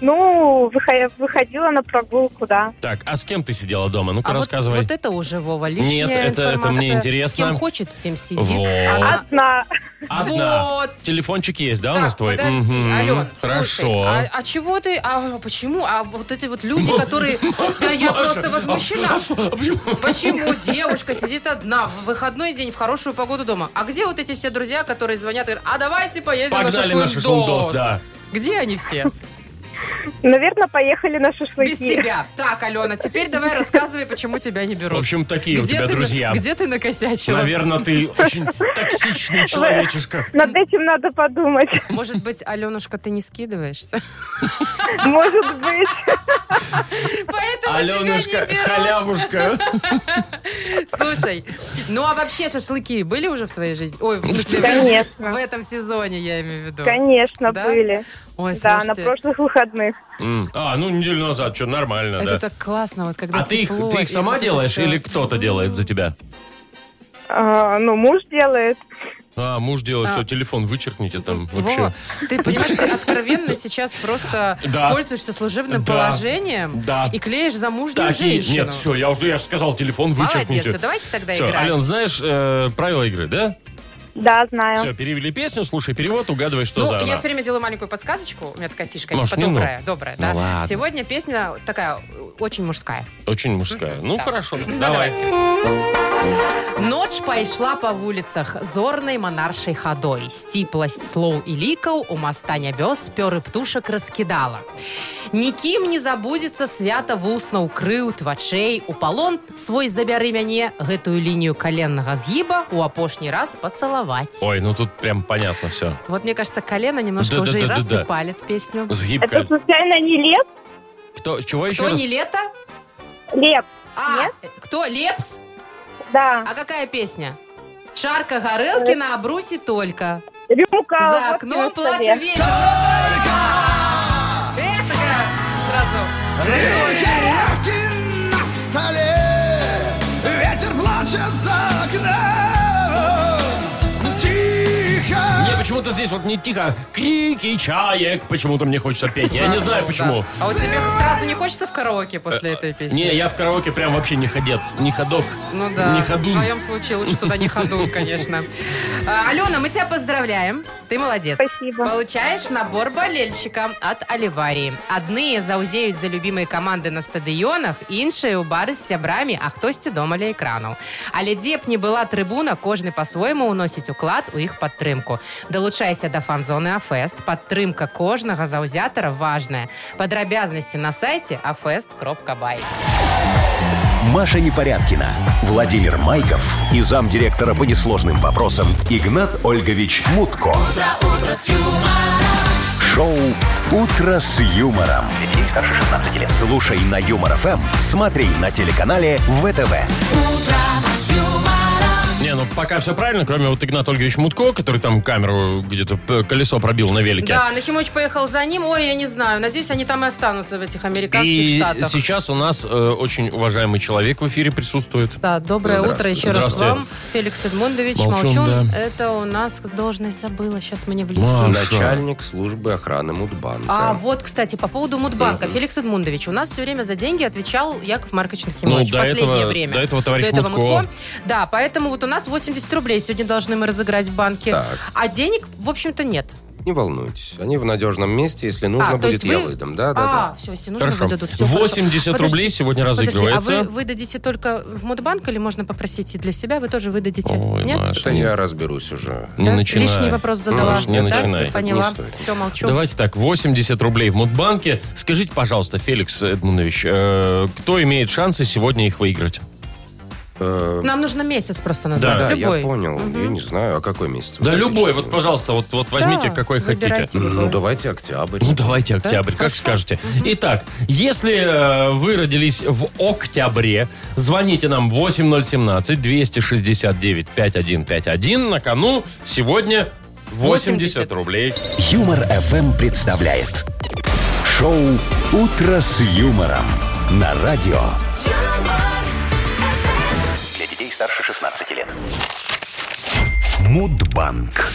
Speaker 7: Ну, выхо- выходила на прогулку, да.
Speaker 1: Так, а с кем ты сидела дома? Ну-ка,
Speaker 2: а вот-
Speaker 1: рассказывай.
Speaker 2: Вот, это уже, Вова, лишняя
Speaker 1: Нет, это- это
Speaker 2: информация.
Speaker 1: мне
Speaker 2: С кем
Speaker 1: интересно.
Speaker 2: хочет, с тем сидит.
Speaker 1: Вот.
Speaker 2: Она-
Speaker 7: На...
Speaker 1: Одна.
Speaker 2: Вот.
Speaker 1: Телефончик есть, да, А у
Speaker 2: Так,
Speaker 1: нас твой?
Speaker 2: подожди,
Speaker 1: Мгм.
Speaker 2: Ален,
Speaker 1: Хорошо.
Speaker 2: слушай, а, а чего ты, а почему, а вот эти вот люди, которые, да я
Speaker 1: а
Speaker 2: просто возмущена, почему девушка сидит одна в выходной день в хорошую погоду дома, а где вот эти все друзья, которые звонят и говорят, а давайте поедем
Speaker 1: Погнали на шашлындос, да.
Speaker 2: Где они все?
Speaker 7: Наверное, поехали на
Speaker 2: Без
Speaker 7: шашлыки.
Speaker 2: тебя. Так, Алена, теперь давай рассказывай, почему тебя не
Speaker 1: В
Speaker 2: берут.
Speaker 1: общем, такие у тебя
Speaker 2: ты, на-
Speaker 1: друзья.
Speaker 2: где ты накосячила?
Speaker 1: Наверное, ты очень токсичный человечишка.
Speaker 7: Над этим надо подумать.
Speaker 2: Может быть, Аленушка, ты не скидываешься?
Speaker 7: Может быть.
Speaker 2: Поэтому тебя
Speaker 1: Аленушка,
Speaker 2: не берут.
Speaker 1: халявушка.
Speaker 2: Слушай, ну а вообще шашлыки были уже в твоей жизни? Ой, в смысле,
Speaker 7: Конечно.
Speaker 2: в этом сезоне, я имею в виду.
Speaker 7: Конечно,
Speaker 2: Да?
Speaker 7: были.
Speaker 2: Ой,
Speaker 7: Да, на
Speaker 2: слушайте,
Speaker 7: прошлых выходных.
Speaker 1: М. А, ну неделю назад, что, нормально,
Speaker 2: это
Speaker 1: да.
Speaker 2: так классно, вот когда
Speaker 1: А ты их,
Speaker 2: тепло,
Speaker 1: ты их
Speaker 2: и
Speaker 1: сама
Speaker 2: вот это
Speaker 1: делаешь
Speaker 2: всё.
Speaker 1: или кто-то делает за тебя?
Speaker 7: А, ну, муж делает.
Speaker 1: А, муж делает
Speaker 2: А.
Speaker 1: все, телефон вычеркните там вообще.
Speaker 2: Вова, ты понимаешь, ты откровенно сейчас просто
Speaker 1: Да.
Speaker 2: пользуешься служебным
Speaker 1: Да.
Speaker 2: положением
Speaker 1: Да.
Speaker 2: и клеишь замужнюю
Speaker 1: Так, и-
Speaker 2: женщину.
Speaker 1: нет, все, я уже я же сказал, телефон
Speaker 2: ну. Молодец, всё,
Speaker 1: вычеркните.
Speaker 2: давайте тогда
Speaker 1: Все,
Speaker 2: играть.
Speaker 1: Ален, знаешь э, правила игры, да?
Speaker 7: Да, знаю.
Speaker 1: Все, перевели песню, слушай перевод, угадывай, что
Speaker 2: Ну,
Speaker 1: за
Speaker 2: я
Speaker 1: она.
Speaker 2: все время делаю маленькую подсказочку. У меня такая фишка,
Speaker 1: Маш,
Speaker 2: типа
Speaker 1: не ну.
Speaker 2: добрая, добрая, да.
Speaker 1: Ну, ладно.
Speaker 2: Сегодня песня такая очень мужская.
Speaker 1: Очень мужская. Ну,
Speaker 2: Да.
Speaker 1: хорошо,
Speaker 2: Ну,
Speaker 1: давай.
Speaker 2: Ноч пайшла па вуліцах зорнай манаршай хадой. Сціпласць слоў і лікаў у маста нябёс пёры птушак раскідала. Нікім не забудзецца свята вуснаў крыў твачэй у палон свой забяры мяне гэтую лінію каленнага згіба у апошні раз пацалаваць.
Speaker 1: Ой, ну тут прям понятно все.
Speaker 2: Вот мне кажется, колено немножко
Speaker 1: Да-да-да-да-да.
Speaker 2: уже и раз и палит песню.
Speaker 7: Это
Speaker 1: Сгибка.
Speaker 7: случайно не леп?
Speaker 1: Кто, чего еще
Speaker 2: Кто
Speaker 1: раз?
Speaker 2: не лето?
Speaker 7: Леп,
Speaker 2: А, кто Лепс?
Speaker 7: да.
Speaker 2: А какая песня? Шарка горелки на обрусе только.
Speaker 7: Рюмка.
Speaker 2: За
Speaker 7: водки на
Speaker 2: окном
Speaker 7: столе.
Speaker 2: плачет ветер. Эх, такая сразу.
Speaker 8: на столе Ветер плачет за окном Тихо
Speaker 1: Мне почему-то здесь вот не тихо. а Крики чаек почему-то мне хочется петь. Я не
Speaker 2: Сразу,
Speaker 1: знаю
Speaker 2: да.
Speaker 1: почему.
Speaker 2: А вот тебе сразу не хочется в караоке после этой песни?
Speaker 1: Не, я в караоке прям вообще не ходец, не ходок,
Speaker 2: Ну да,
Speaker 1: не
Speaker 2: в
Speaker 1: ходун.
Speaker 2: твоем случае лучше туда не ходу, конечно. А, Алена, мы тебя поздравляем. Ты молодец.
Speaker 7: Спасибо.
Speaker 2: Получаешь набор болельщика от Оливарии. Одни заузеют за любимые команды на стадионах, іншие у бары с сябрамі, а хтосьці дома ля экранаў. Але дзе б не была трибуна, кожны по-своему уносіць уклад у іх падтрымку. Далучайся звяртайся да фан-зоны А Афест. Падтрымка кожнага заўзятара важная. Падрабязнасці на А сайце afest.by.
Speaker 3: Маша Непорядкина, Владимир Майков и замдиректора по несложным вопросам Игнат Ольгович Мутко. Шоу Утро с юмором.
Speaker 4: Для детей старше 16 лет.
Speaker 3: Слушай на юмор ФМ, смотри на телеканале ВТВ.
Speaker 1: Не, ну пока все правильно, кроме вот Игната Ольговича Мутко, который там камеру где-то п- колесо пробил на велике.
Speaker 2: Да, Нахимович поехал за ним. Ой, я не знаю. Надеюсь, они там и останутся в этих американских
Speaker 1: И
Speaker 2: штатах.
Speaker 1: сейчас у нас э, очень уважаемый человек в эфире присутствует.
Speaker 2: Да, доброе утро еще раз
Speaker 1: Здравствуйте.
Speaker 2: вам. Феликс Эдмундович
Speaker 1: Молчун,
Speaker 2: Молчун.
Speaker 1: да.
Speaker 2: Это у нас должность забыла. Сейчас мы не
Speaker 1: Ма-
Speaker 2: влезем.
Speaker 1: Хорошо.
Speaker 5: Начальник службы охраны Мудбанка.
Speaker 2: А вот, кстати, по поводу
Speaker 1: Э,
Speaker 2: Мудбанка. Феликс Эдмундович, у нас все время за деньги отвечал Яков Маркович Нахимович.
Speaker 1: Ну, до
Speaker 2: последнее
Speaker 1: этого-
Speaker 2: время.
Speaker 1: до этого товарищ Мутко.
Speaker 2: Да, поэтому вот у нас 80 рублей сегодня должны мы разыграть в банке.
Speaker 5: Так.
Speaker 2: А денег, в общем-то, нет.
Speaker 5: Не волнуйтесь, они в надежном месте, если нужно
Speaker 2: А, то
Speaker 5: будет,
Speaker 2: есть вы-
Speaker 5: я выдам. Да, да,
Speaker 2: а,
Speaker 5: да.
Speaker 2: все, если нужно,
Speaker 1: Хорошо.
Speaker 2: выдадут. Всё,
Speaker 1: 80
Speaker 2: хорошо.
Speaker 1: рублей сегодня
Speaker 2: подожди, а
Speaker 1: разыгрывается.
Speaker 2: вы выдадите только в Мудбанк или можно попросить и для себя? Вы тоже выдадите?
Speaker 1: Ой,
Speaker 2: нет?
Speaker 1: Маша,
Speaker 5: Это
Speaker 1: не,
Speaker 5: я разберусь уже.
Speaker 1: не
Speaker 2: Да?
Speaker 1: начинай.
Speaker 2: Лишний вопрос задала.
Speaker 1: Маш, не
Speaker 2: да?
Speaker 1: начинай.
Speaker 2: Поняла.
Speaker 5: Не стоит.
Speaker 2: Все, молчу.
Speaker 1: Давайте так, 80 рублей в Мудбанке. Скажите, пожалуйста, Феликс Эдмундович, э, кто имеет шансы сегодня их выиграть?
Speaker 5: Э,
Speaker 2: Нам нужно месяц просто
Speaker 5: Да,
Speaker 2: назвать. Ну, любой.
Speaker 5: я понял. Я не знаю, а какой месяц? вы
Speaker 1: Да
Speaker 5: хотите,
Speaker 1: любой, вот,
Speaker 5: чтобы-
Speaker 1: пожалуйста, вот, вот возьмите,
Speaker 2: Да,
Speaker 1: какой хотите.
Speaker 2: выбирайте.
Speaker 5: Ну, давайте октябрь.
Speaker 1: Ну, давайте октябрь, как
Speaker 2: Хорошо.
Speaker 1: скажете. Итак, если э, вы родились в октябре, звоните нам 8017-269-5151. На кону сегодня 80
Speaker 2: 80.
Speaker 1: рублей.
Speaker 3: Юмор ФМ представляет шоу Утро с юмором на радио.
Speaker 4: Для детей старше 16 лет.
Speaker 3: Мудбанк.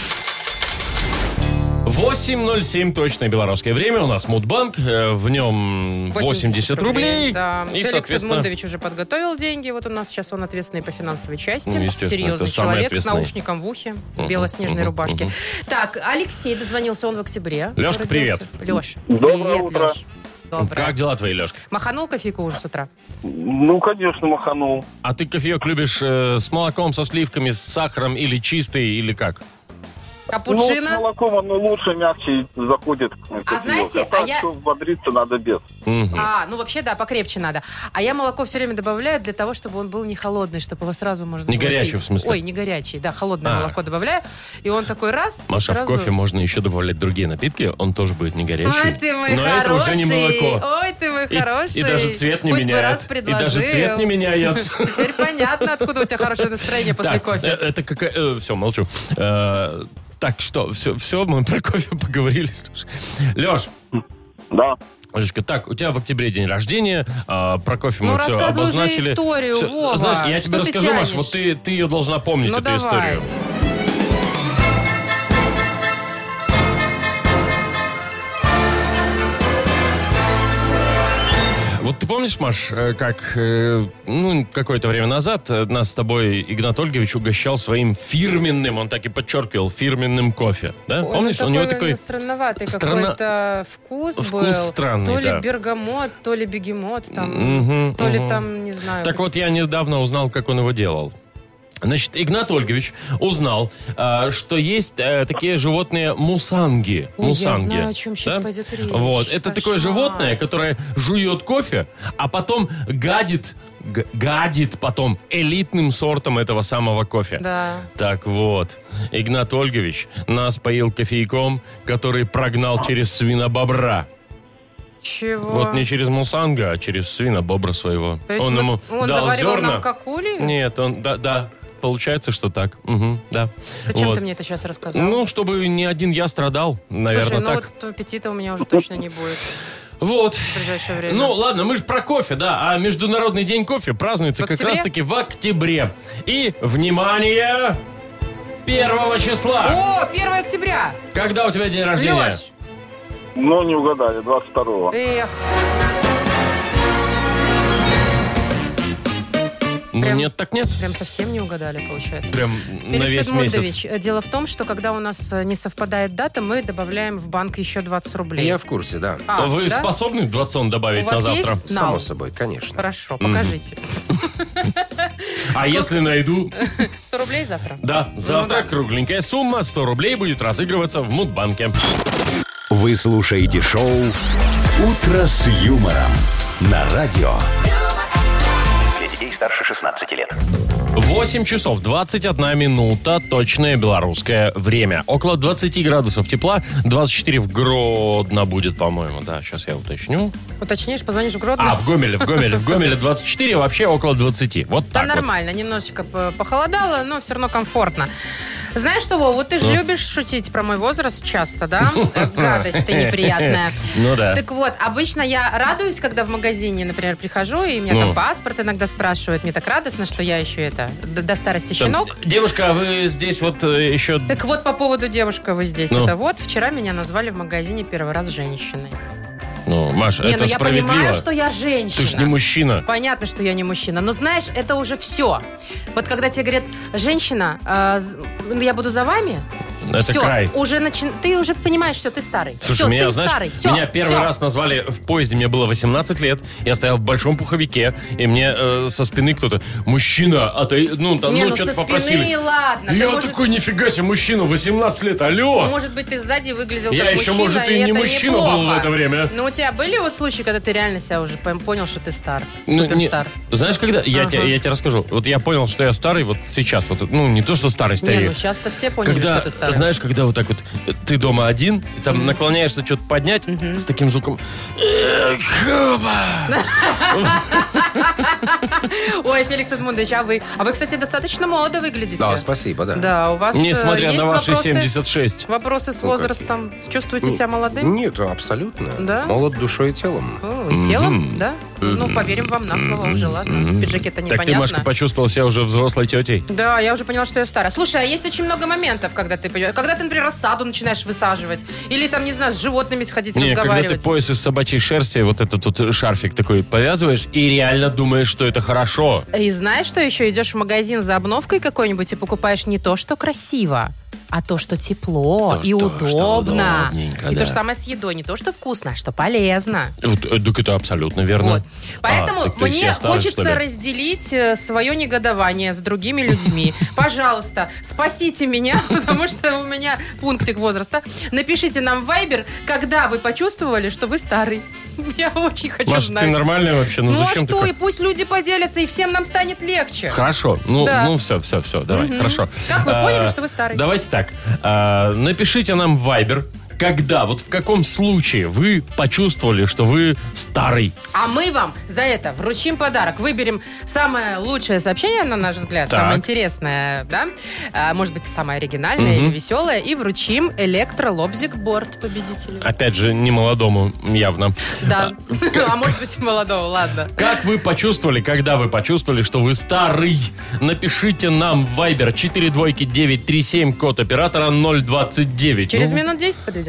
Speaker 1: 8.07 точное белорусское время. У нас Мудбанк. э, В нем 80 рублей.
Speaker 2: Да.
Speaker 1: И,
Speaker 2: Феликс
Speaker 1: соответственно,
Speaker 2: Эдмундович уже подготовил деньги. Вот у нас сейчас он ответственный по финансовой части.
Speaker 1: Ну, естественно,
Speaker 2: Серьезный
Speaker 1: это самый
Speaker 2: человек с
Speaker 1: ответственный.
Speaker 2: наушником в ухе, в белоснежной рубашке. Так, Алексей дозвонился, он в октябре.
Speaker 1: Лёшка,
Speaker 2: Леш,
Speaker 6: Доброе
Speaker 2: привет,
Speaker 6: утро.
Speaker 2: Лёш. Доброе.
Speaker 1: как дела твои, Лешка?
Speaker 2: Маханул кофейку уже с утра?
Speaker 6: Ну, конечно, маханул.
Speaker 1: А ты кофеек любишь э, с молоком, со сливками, с сахаром или чистый, или как?
Speaker 6: Ну, с
Speaker 2: Капучино?
Speaker 6: молоком оно лучше, мягче заходит. кофеёк.
Speaker 2: знаете,
Speaker 6: а так,
Speaker 2: а я-
Speaker 6: чтоб бодриться надо без.
Speaker 1: Мгм.
Speaker 2: А, ну вообще, да, покрепче надо. А я молоко все время добавляю для того, чтобы он был не холодный, чтобы его сразу можно
Speaker 1: Не
Speaker 2: было
Speaker 1: горячий,
Speaker 2: пить.
Speaker 1: в смысле?
Speaker 2: Ой, не горячий, да, холодное
Speaker 1: А.
Speaker 2: молоко добавляю. И он такой раз, и
Speaker 1: Маша,
Speaker 2: сразу...
Speaker 1: в кофе можно еще добавлять другие напитки, он тоже будет не горячий.
Speaker 2: Ой, ты мой
Speaker 1: но
Speaker 2: хороший.
Speaker 1: это уже не молоко.
Speaker 2: Ой, ты мой
Speaker 1: И ц-
Speaker 2: хороший.
Speaker 1: И, даже цвет не
Speaker 2: Хоть бы
Speaker 1: меняет.
Speaker 2: раз
Speaker 1: и даже
Speaker 2: предложил.
Speaker 1: цвет не меняет.
Speaker 2: Теперь понятно, откуда у тебя хорошее настроение после
Speaker 1: Так, э,
Speaker 2: кофе.
Speaker 1: Это какая... Все, молчу. Э, Так, что, все, все, мы про кофе поговорили. Леш,
Speaker 6: Да.
Speaker 1: Олечка, так, у тебя в октябре день рождения, а, про кофе мы
Speaker 2: Ну,
Speaker 1: все
Speaker 2: рассказывай уже
Speaker 1: обозначили.
Speaker 2: историю,
Speaker 1: Всё,
Speaker 2: Вова,
Speaker 1: Знаешь, я
Speaker 2: что
Speaker 1: тебе
Speaker 2: ты
Speaker 1: расскажу, Маш,
Speaker 2: тянешь?
Speaker 1: вот ты, ты ее должна помнить,
Speaker 2: Ну,
Speaker 1: эту
Speaker 2: давай.
Speaker 1: историю. Вот ты помнишь, Маш, э, как э, ну, какое-то время назад э, нас с тобой Игнат Ольгович угощал своим фирменным, он так и подчеркивал, фирменным кофе, да?
Speaker 2: Ой,
Speaker 1: Помнишь,
Speaker 2: ну,
Speaker 1: у него
Speaker 2: такой,
Speaker 1: такой...
Speaker 2: наверное, странноватый
Speaker 1: страна-
Speaker 2: какой-то вкус,
Speaker 1: Вкус
Speaker 2: был.
Speaker 1: странный,
Speaker 2: то ли
Speaker 1: да.
Speaker 2: бергамот, то ли бегемот, там,
Speaker 1: Мгм,
Speaker 2: то ли
Speaker 1: мгм.
Speaker 2: там, не знаю.
Speaker 1: Так вот, я недавно узнал, как он его делал. Значит, Игнат Ольгович узнал, э, что есть э, такие животные мусанги.
Speaker 2: Ой, я
Speaker 1: мусанги.
Speaker 2: знаю, о чем сейчас пойдет речь.
Speaker 1: Ну, Вот, это такое
Speaker 2: Кошмар.
Speaker 1: животное, которое жует кофе, а потом гадит, г- гадит потом элитным сортом этого самого кофе.
Speaker 2: Да.
Speaker 1: Так вот, Игнат Ольгович нас поил кофейком, который прогнал через свинобобра.
Speaker 2: Чего?
Speaker 1: Вот не через мусанга, а через свинобобра своего.
Speaker 2: То есть мы- он
Speaker 1: дал
Speaker 2: заваривал
Speaker 1: зерна.
Speaker 2: нам какули?
Speaker 1: Нет, он, да, да, получается, что так. Мгм, да.
Speaker 2: Зачем
Speaker 1: Вот.
Speaker 2: ты мне это сейчас рассказал?
Speaker 1: Ну, чтобы ни один я страдал, наверное,
Speaker 2: Слушай, ну
Speaker 1: так.
Speaker 2: вот аппетита у меня уже точно не будет
Speaker 1: Вот.
Speaker 2: в ближайшее время.
Speaker 1: Ну, ладно, мы же про кофе, да. А Международный день кофе празднуется
Speaker 2: В
Speaker 1: как
Speaker 2: октябре?
Speaker 1: раз-таки в октябре. И, внимание, первого числа.
Speaker 2: О, 1 октября!
Speaker 1: Когда у тебя день рождения?
Speaker 2: Леш!
Speaker 6: Но Ну, не угадали, 22-го.
Speaker 2: Эх,
Speaker 1: ну,
Speaker 2: прям-
Speaker 1: нет, так нет.
Speaker 2: прям совсем не угадали, получается.
Speaker 1: Прям на
Speaker 2: Феликс
Speaker 1: весь месяц.
Speaker 2: Эдмундович, э, дело в том, что когда у нас э, не совпадает дата, мы добавляем в банк еще 20 рублей.
Speaker 5: Я в курсе, да.
Speaker 2: А,
Speaker 1: Вы
Speaker 2: да?
Speaker 1: способны 20
Speaker 2: У
Speaker 1: добавить на
Speaker 2: вас
Speaker 1: завтра?
Speaker 2: есть?
Speaker 5: Само
Speaker 2: Нау?
Speaker 5: собой, конечно.
Speaker 2: Хорошо, покажите.
Speaker 1: А если найду,
Speaker 2: 100 рублей завтра.
Speaker 1: да, завтра кругленькая сумма 100 рублей будет разыгрываться в Мудбанке.
Speaker 3: Вы слушаете шоу «Утро с юмором» на радио.
Speaker 4: Для детей старше 16 лет.
Speaker 1: 8 часов 21 минута, точное белорусское время. Около 20 градусов тепла, 24 в Гродно будет, по-моему, да, сейчас я уточню.
Speaker 2: Уточнишь, позвонишь в Гродно.
Speaker 1: А, в Гомеле, в Гомеле, в Гомеле 24, вообще около 20. Вот
Speaker 2: Да
Speaker 1: так вот.
Speaker 2: нормально, немножечко по- похолодало, но все равно комфортно. Знаешь что, Вов, вот ты же
Speaker 1: Ну.
Speaker 2: любишь шутить про мой возраст часто, да? Э, Гадость ты неприятная.
Speaker 1: Ну да.
Speaker 2: Так вот, обычно я радуюсь, когда в магазине, например, прихожу, и меня
Speaker 1: Ну.
Speaker 2: там паспорт иногда спрашивают. Мне так радостно, что я еще это, до, до старости
Speaker 1: Там,
Speaker 2: щенок.
Speaker 1: Девушка, а вы здесь вот э, еще...
Speaker 2: Так вот, по поводу девушка вы здесь.
Speaker 1: Ну.
Speaker 2: Это вот, вчера меня назвали в магазине первый раз женщиной.
Speaker 1: Ну, Маша,
Speaker 2: Не,
Speaker 1: это
Speaker 2: ну я
Speaker 1: справедливо.
Speaker 2: понимаю, что я женщина.
Speaker 1: Ты ж не мужчина.
Speaker 2: Понятно, что я не мужчина, но знаешь, это уже все. Вот когда тебе говорят, женщина, а, з- я буду за вами,
Speaker 1: Это
Speaker 2: все,
Speaker 1: край.
Speaker 2: уже начи- ты уже понимаешь, что ты старый.
Speaker 1: Слушай,
Speaker 2: все,
Speaker 1: меня,
Speaker 2: ты
Speaker 1: знаешь,
Speaker 2: старый. Все,
Speaker 1: меня первый раз назвали в поезде, мне было 18 лет, я стоял в большом пуховике, и мне э, со спины кто-то, мужчина, а ты, ну, там,
Speaker 2: Не, ну,
Speaker 1: что-то
Speaker 2: со
Speaker 1: попросили.
Speaker 2: спины, ладно. ты,
Speaker 1: я
Speaker 2: может,
Speaker 1: такой, нифига себе, мужчина, 18 лет, алло!
Speaker 2: может быть, ты сзади выглядел
Speaker 1: Я
Speaker 2: как
Speaker 1: еще,
Speaker 2: мужчина,
Speaker 1: может, и не
Speaker 2: это
Speaker 1: мужчина был
Speaker 2: неплохо.
Speaker 1: в это время.
Speaker 2: Но у тебя были вот случаи, когда ты реально себя уже пон- понял, что ты стар,
Speaker 1: Ну, не-
Speaker 2: суперстар?
Speaker 1: знаешь, когда... Я,
Speaker 2: Ага.
Speaker 1: тебе, я тебе расскажу. Вот я понял, что я старый вот сейчас. Вот, ну, не то, что старый,
Speaker 2: Не,
Speaker 1: старею.
Speaker 2: ну часто все поняли,
Speaker 1: Когда,
Speaker 2: что ты старый.
Speaker 1: знаешь, когда вот так вот э, ты дома один, и там наклоняешься что-то поднять с таким звуком. «Эх, Куба!»
Speaker 2: Ой, Феликс Эдмундович, а вы? А вы, кстати, достаточно молодо выглядите.
Speaker 5: Да, спасибо, да.
Speaker 2: Да, у вас э,
Speaker 1: а, Несмотря
Speaker 2: есть
Speaker 1: на ваши
Speaker 2: вопросы?
Speaker 1: 76.
Speaker 2: Вопросы с
Speaker 5: Ну, какие?
Speaker 2: возрастом.
Speaker 1: Ну,
Speaker 2: Чувствуете себя молодым?
Speaker 5: Нет, абсолютно.
Speaker 2: Да?
Speaker 5: Молод душой и телом.
Speaker 2: О, и телом, да? Ну, поверим вам на слово уже, ладно. В пиджаке-то
Speaker 1: Так ты, Машка,
Speaker 2: непонятно.
Speaker 1: почувствовал себя уже взрослой тетей.
Speaker 2: Да, я уже поняла, что я старая. Слушай, а есть очень много моментов, когда ты понимаешь- Когда ты, например, рассаду начинаешь высаживать. Или там, не знаю, с животными сходить
Speaker 1: Не, когда ты
Speaker 2: разговаривать.
Speaker 1: пояс из собачьей шерсти, вот этот вот э, шарфик такой повязываешь, и реально думаешь, что это хорошо.
Speaker 2: И знаешь, что еще идешь в магазин за обновкой какой-нибудь и покупаешь не то, что красиво, а то, что тепло
Speaker 1: То,
Speaker 2: и
Speaker 1: что- что
Speaker 2: удобно.
Speaker 1: удобненько,
Speaker 2: и
Speaker 1: да.
Speaker 2: то же самое с едой, не то, что вкусно, а что полезно.
Speaker 1: Вот, э, так это абсолютно верно.
Speaker 2: Вот. Поэтому
Speaker 1: А, так то есть
Speaker 2: мне
Speaker 1: я старый, что
Speaker 2: хочется
Speaker 1: ли?
Speaker 2: разделить э, свое негодование с другими людьми. Пожалуйста, спасите меня, потому что у меня пунктик возраста. Напишите нам в Viber, когда вы почувствовали, что вы старый. Я очень хочу
Speaker 1: Маша, ты
Speaker 2: знать.
Speaker 1: нормальная вообще? Ну,
Speaker 2: Ну а
Speaker 1: зачем ты
Speaker 2: что,
Speaker 1: как-
Speaker 2: и пусть люди поделятся, и всем нам станет легче.
Speaker 1: Хорошо. Ну,
Speaker 2: Да.
Speaker 1: ну все, все, все, давай,
Speaker 2: Мгм.
Speaker 1: хорошо.
Speaker 2: Как вы поняли,
Speaker 1: А,
Speaker 2: что вы старый?
Speaker 1: Давайте так. а, напишите нам в Viber, когда, вот в каком случае вы почувствовали, что вы старый.
Speaker 2: А мы вам за это вручим подарок. Выберем самое лучшее сообщение, на наш взгляд,
Speaker 1: Так.
Speaker 2: самое интересное, да? А, может быть, самое оригинальное
Speaker 1: Мгм.
Speaker 2: или веселое. И вручим электролобзик-борт победителю.
Speaker 1: Опять же, не молодому, явно.
Speaker 2: Да. А может быть, и молодого, ладно.
Speaker 1: Как вы почувствовали, когда вы почувствовали, что вы старый? Напишите нам в Viber 42937, код оператора 029.
Speaker 2: Через
Speaker 1: Ну,
Speaker 2: минут 10 подведем.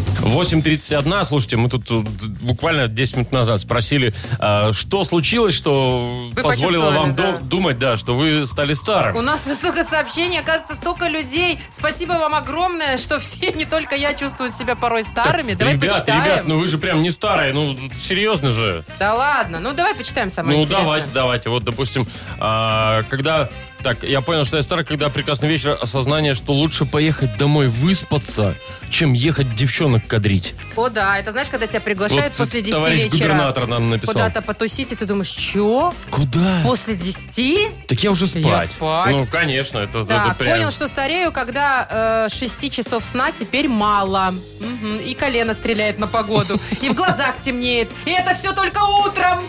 Speaker 1: 8.31. Слушайте, мы тут э, буквально 10 минут назад спросили, а, что случилось, что
Speaker 2: Вы
Speaker 1: позволило вам
Speaker 2: почувствовали,
Speaker 1: ду-
Speaker 2: да.
Speaker 1: думать, да, что вы стали
Speaker 2: У
Speaker 1: старым.
Speaker 2: нас тут столько сообщений, оказывается, столько людей. Спасибо вам огромное, что все, не только я, чувствуют себя порой старыми. Давай
Speaker 1: ребят,
Speaker 2: почитаем.
Speaker 1: ребят, ну вы же прям не старые, ну серьезно же.
Speaker 2: Да ладно, ну давай почитаем самое
Speaker 1: ну
Speaker 2: интересное.
Speaker 1: давайте, давайте. Вот, допустим, а, когда... Так, я понял, что я старый, когда прекрасный вечер, осознание, что лучше поехать домой выспаться, чем ехать девчонок кадрить.
Speaker 2: О да, это знаешь, когда тебя приглашают
Speaker 1: Вот
Speaker 2: после 10
Speaker 1: товарищ
Speaker 2: вечера
Speaker 1: губернатор нам написал.
Speaker 2: куда-то потусить, и ты думаешь, чё?
Speaker 1: Куда?
Speaker 2: После 10?
Speaker 1: Так я уже спать.
Speaker 2: спать.
Speaker 1: Ну, конечно, это, это
Speaker 2: Так,
Speaker 1: прям...
Speaker 2: понял, что старею, когда э, 6 часов сна теперь мало. Мгм. И колено стреляет на погоду, и в глазах темнеет. И это все только утром.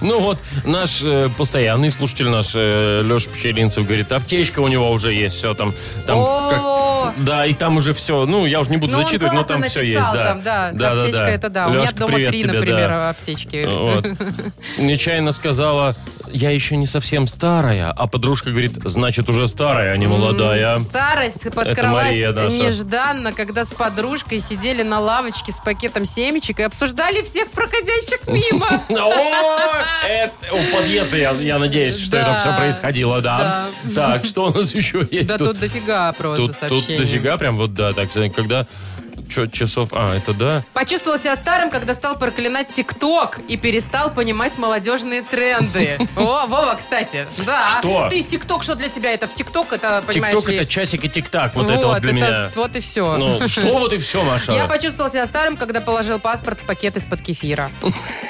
Speaker 1: Ну вот, наш э, постоянный слушатель наш э, Леша Пчелинцев говорит, аптечка у него уже есть, все там. там
Speaker 2: О,
Speaker 1: как- да, и там уже все. Ну, я уже не буду
Speaker 2: ну он
Speaker 1: зачитывать, но
Speaker 2: классно
Speaker 1: там все есть.
Speaker 2: написал
Speaker 1: Да,
Speaker 2: там, да. аптечка это да. У меня
Speaker 1: Лёшка,
Speaker 2: дома
Speaker 1: привет
Speaker 2: три,
Speaker 1: тебе,
Speaker 2: например,
Speaker 1: да.
Speaker 2: аптечки.
Speaker 1: Вот. Нечаянно сказала, я еще не совсем старая, а подружка говорит, значит, уже старая, а не молодая.
Speaker 2: Старость подкралась
Speaker 1: Мария наша.
Speaker 2: нежданно, когда с подружкой сидели на лавочке с пакетом семечек и обсуждали всех проходящих мимо.
Speaker 1: О, это- у подъезда, я, я надеюсь, что
Speaker 2: Да.
Speaker 1: это все происходило, да. Так, что у нас еще есть?
Speaker 2: Да тут дофига просто
Speaker 1: тут, тут
Speaker 2: сообщений.
Speaker 1: дофига прям вот, да, так, когда... Че, часов... А, это да?
Speaker 2: Почувствовал себя старым, когда стал проклинать ТикТок и перестал понимать молодежные тренды. О, Вова, кстати, да.
Speaker 1: Что?
Speaker 2: Ты ТикТок, что для тебя это? В ТикТok это, понимаешь
Speaker 1: Тик-ток
Speaker 2: ли-
Speaker 1: это часик и тик-так, вот, это вот для меня.
Speaker 2: Вот и все.
Speaker 1: Ну, что вот и все, Маша.
Speaker 2: Я почувствовал себя старым, когда положил паспорт в пакет из-под кефира.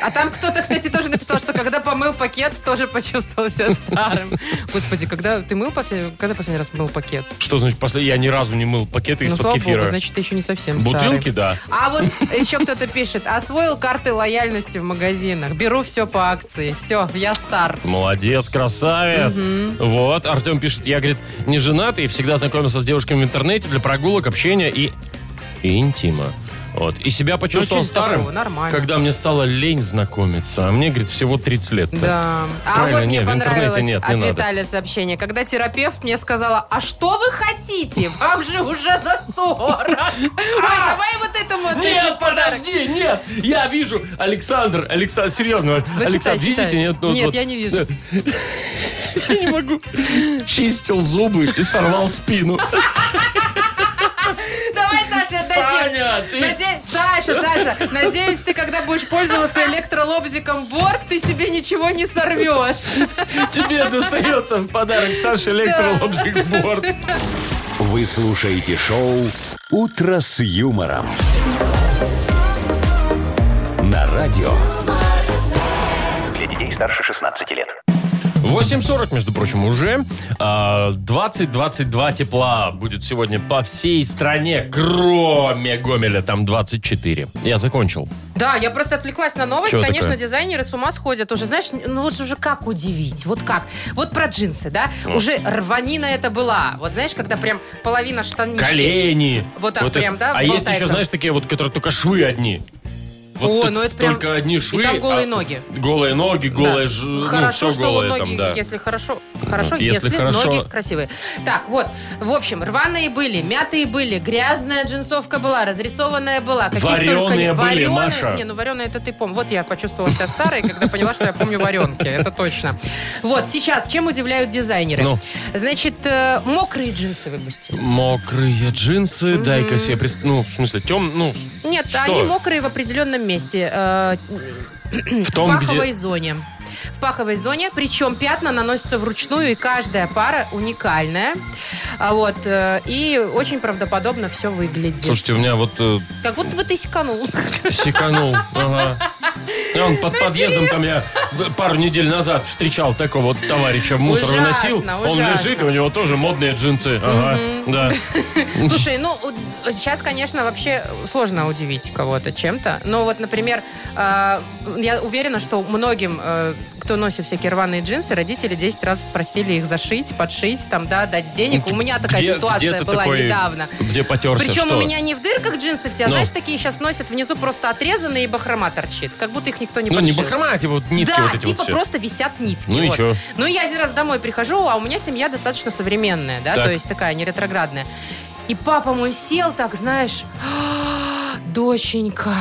Speaker 2: А там кто-то, кстати, тоже написал, что когда помыл пакет, тоже почувствовал себя старым. Господи, когда ты мыл последний, когда последний раз мыл пакет?
Speaker 1: Что значит, после я ни разу не мыл пакеты
Speaker 2: ну,
Speaker 1: из-под
Speaker 2: слава
Speaker 1: кефира?
Speaker 2: богу, значит, ты еще не совсем старый.
Speaker 1: Бутылки, да.
Speaker 2: А вот еще кто-то пишет. Освоил карты лояльности в магазинах. Беру все по акции. Все, я стар.
Speaker 1: Молодец, красавец. Вот, Артем пишет, я, говорит, не женат и всегда знакомился с девушками в интернете для прогулок, общения и, и интима. Вот. И себя почувствовал
Speaker 2: что Ну, здесь
Speaker 1: старым,
Speaker 2: такого? Нормально.
Speaker 1: когда мне стало лень знакомиться. А мне, говорит, всего 30 лет.
Speaker 2: Да. А
Speaker 1: Правильно,
Speaker 2: вот мне
Speaker 1: нет, в интернете
Speaker 2: понравилось
Speaker 1: нет, не
Speaker 2: от
Speaker 1: надо.
Speaker 2: Виталия сообщение. Когда терапевт мне сказала, а что вы хотите? Вам же уже за 40. Ой, давай вот этому вот эти
Speaker 1: А! Нет,
Speaker 2: подарок.
Speaker 1: подожди, нет. Я вижу Александр, Александр, серьезно,
Speaker 2: Ну,
Speaker 1: Александр,
Speaker 2: читай, читай.
Speaker 1: видите? Нет, ну,
Speaker 2: Нет,
Speaker 1: вот.
Speaker 2: я не вижу.
Speaker 1: Я не могу. Чистил зубы и сорвал спину.
Speaker 2: Давай, Саша, отдадим.
Speaker 1: Саня, ты-
Speaker 2: Наде- Саша, Саша, надеюсь, ты когда будешь пользоваться электролобзиком борт, ты себе ничего не сорвешь.
Speaker 1: Тебе достается в подарок Саша электролобзик борт.
Speaker 3: Вы слушаете шоу «Утро с юмором». На радио.
Speaker 4: Для детей старше 16 лет.
Speaker 1: 8.40, между прочим, уже. А, 20-22 тепла будет сегодня по всей стране, кроме Гомеля, там 24. Я закончил.
Speaker 2: Да, я просто отвлеклась на новость.
Speaker 1: Чего
Speaker 2: Конечно,
Speaker 1: такое?
Speaker 2: дизайнеры с ума сходят уже. Знаешь, ну вот же уже как удивить? Вот как? Вот про джинсы, да? Уже рванина это была. Вот знаешь, когда прям половина штанишки.
Speaker 1: Колени.
Speaker 2: Вот так прям, да,
Speaker 1: А есть
Speaker 2: болтается?
Speaker 1: еще, знаешь, такие вот, которые только швы одни.
Speaker 2: О,
Speaker 1: тут
Speaker 2: ну это прям-
Speaker 1: Только одни швы.
Speaker 2: там голые
Speaker 1: а-
Speaker 2: ноги.
Speaker 1: Голые ноги, голые
Speaker 2: Да.
Speaker 1: ж- ну,
Speaker 2: хорошо,
Speaker 1: все
Speaker 2: что
Speaker 1: голое
Speaker 2: ноги,
Speaker 1: там, да.
Speaker 2: если хорошо, хорошо,
Speaker 1: если
Speaker 2: если,
Speaker 1: хорошо-
Speaker 2: ноги красивые. Так, вот, в общем, рваные были, мятые были, грязная джинсовка была, разрисованная была. Каких только не-
Speaker 1: Варёные были,
Speaker 2: варёные-
Speaker 1: Маша.
Speaker 2: Не, ну вареные это ты помнишь. Вот я почувствовала себя старой, когда поняла, что я помню варенки, это точно. Вот, сейчас, чем удивляют дизайнеры?
Speaker 1: Ну.
Speaker 2: Значит, э, мокрые джинсы выпустили.
Speaker 1: Мокрые джинсы, дай-ка себе... прис- Ну, в смысле, тем... Ну, в-
Speaker 2: Нет,
Speaker 1: Что?
Speaker 2: они мокрые в определенном месте. э,
Speaker 1: в том,
Speaker 2: в паховой
Speaker 1: где...
Speaker 2: зоне. В паховой зоне, причем пятна наносятся вручную, и каждая пара уникальная. А Вот, э, и очень правдоподобно все выглядит.
Speaker 1: Слушайте, у меня вот э,
Speaker 2: Как будто бы ты секанул.
Speaker 1: Секанул, ага. И Он под подъездом там я пару недель назад встречал такого вот товарища, мусор
Speaker 2: Ужасно,
Speaker 1: выносил. Он
Speaker 2: ужасно.
Speaker 1: лежит, и у него тоже модные джинсы. Ага, да.
Speaker 2: Слушай, ну, у- сейчас, конечно, вообще сложно удивить кого-то чем-то. Но вот, например, э, я уверена, что многим, э, кто носит всякие рваные джинсы, родители 10 раз просили их зашить, подшить, там, да, дать денег. У меня
Speaker 1: Ну,
Speaker 2: такая
Speaker 1: Где- где
Speaker 2: ситуация
Speaker 1: ты
Speaker 2: была
Speaker 1: такой-
Speaker 2: недавно.
Speaker 1: Где потерся,
Speaker 2: Причем
Speaker 1: что?
Speaker 2: у меня не в дырках джинсы все, а
Speaker 1: Ну.
Speaker 2: знаешь, такие сейчас носят внизу просто отрезанные и бахрома торчит. Как будто их никто не
Speaker 1: Ну, не
Speaker 2: подшил.
Speaker 1: бахрома, а типа вот нитки
Speaker 2: да,
Speaker 1: вот эти
Speaker 2: типа
Speaker 1: вот все.
Speaker 2: просто висят нитки.
Speaker 1: Ну и
Speaker 2: вот.
Speaker 1: чё?
Speaker 2: Ну, я один раз домой прихожу, а у меня семья достаточно современная, да,
Speaker 1: Так.
Speaker 2: то есть такая не ретроградная. И папа мой сел так, знаешь, «А, доченька,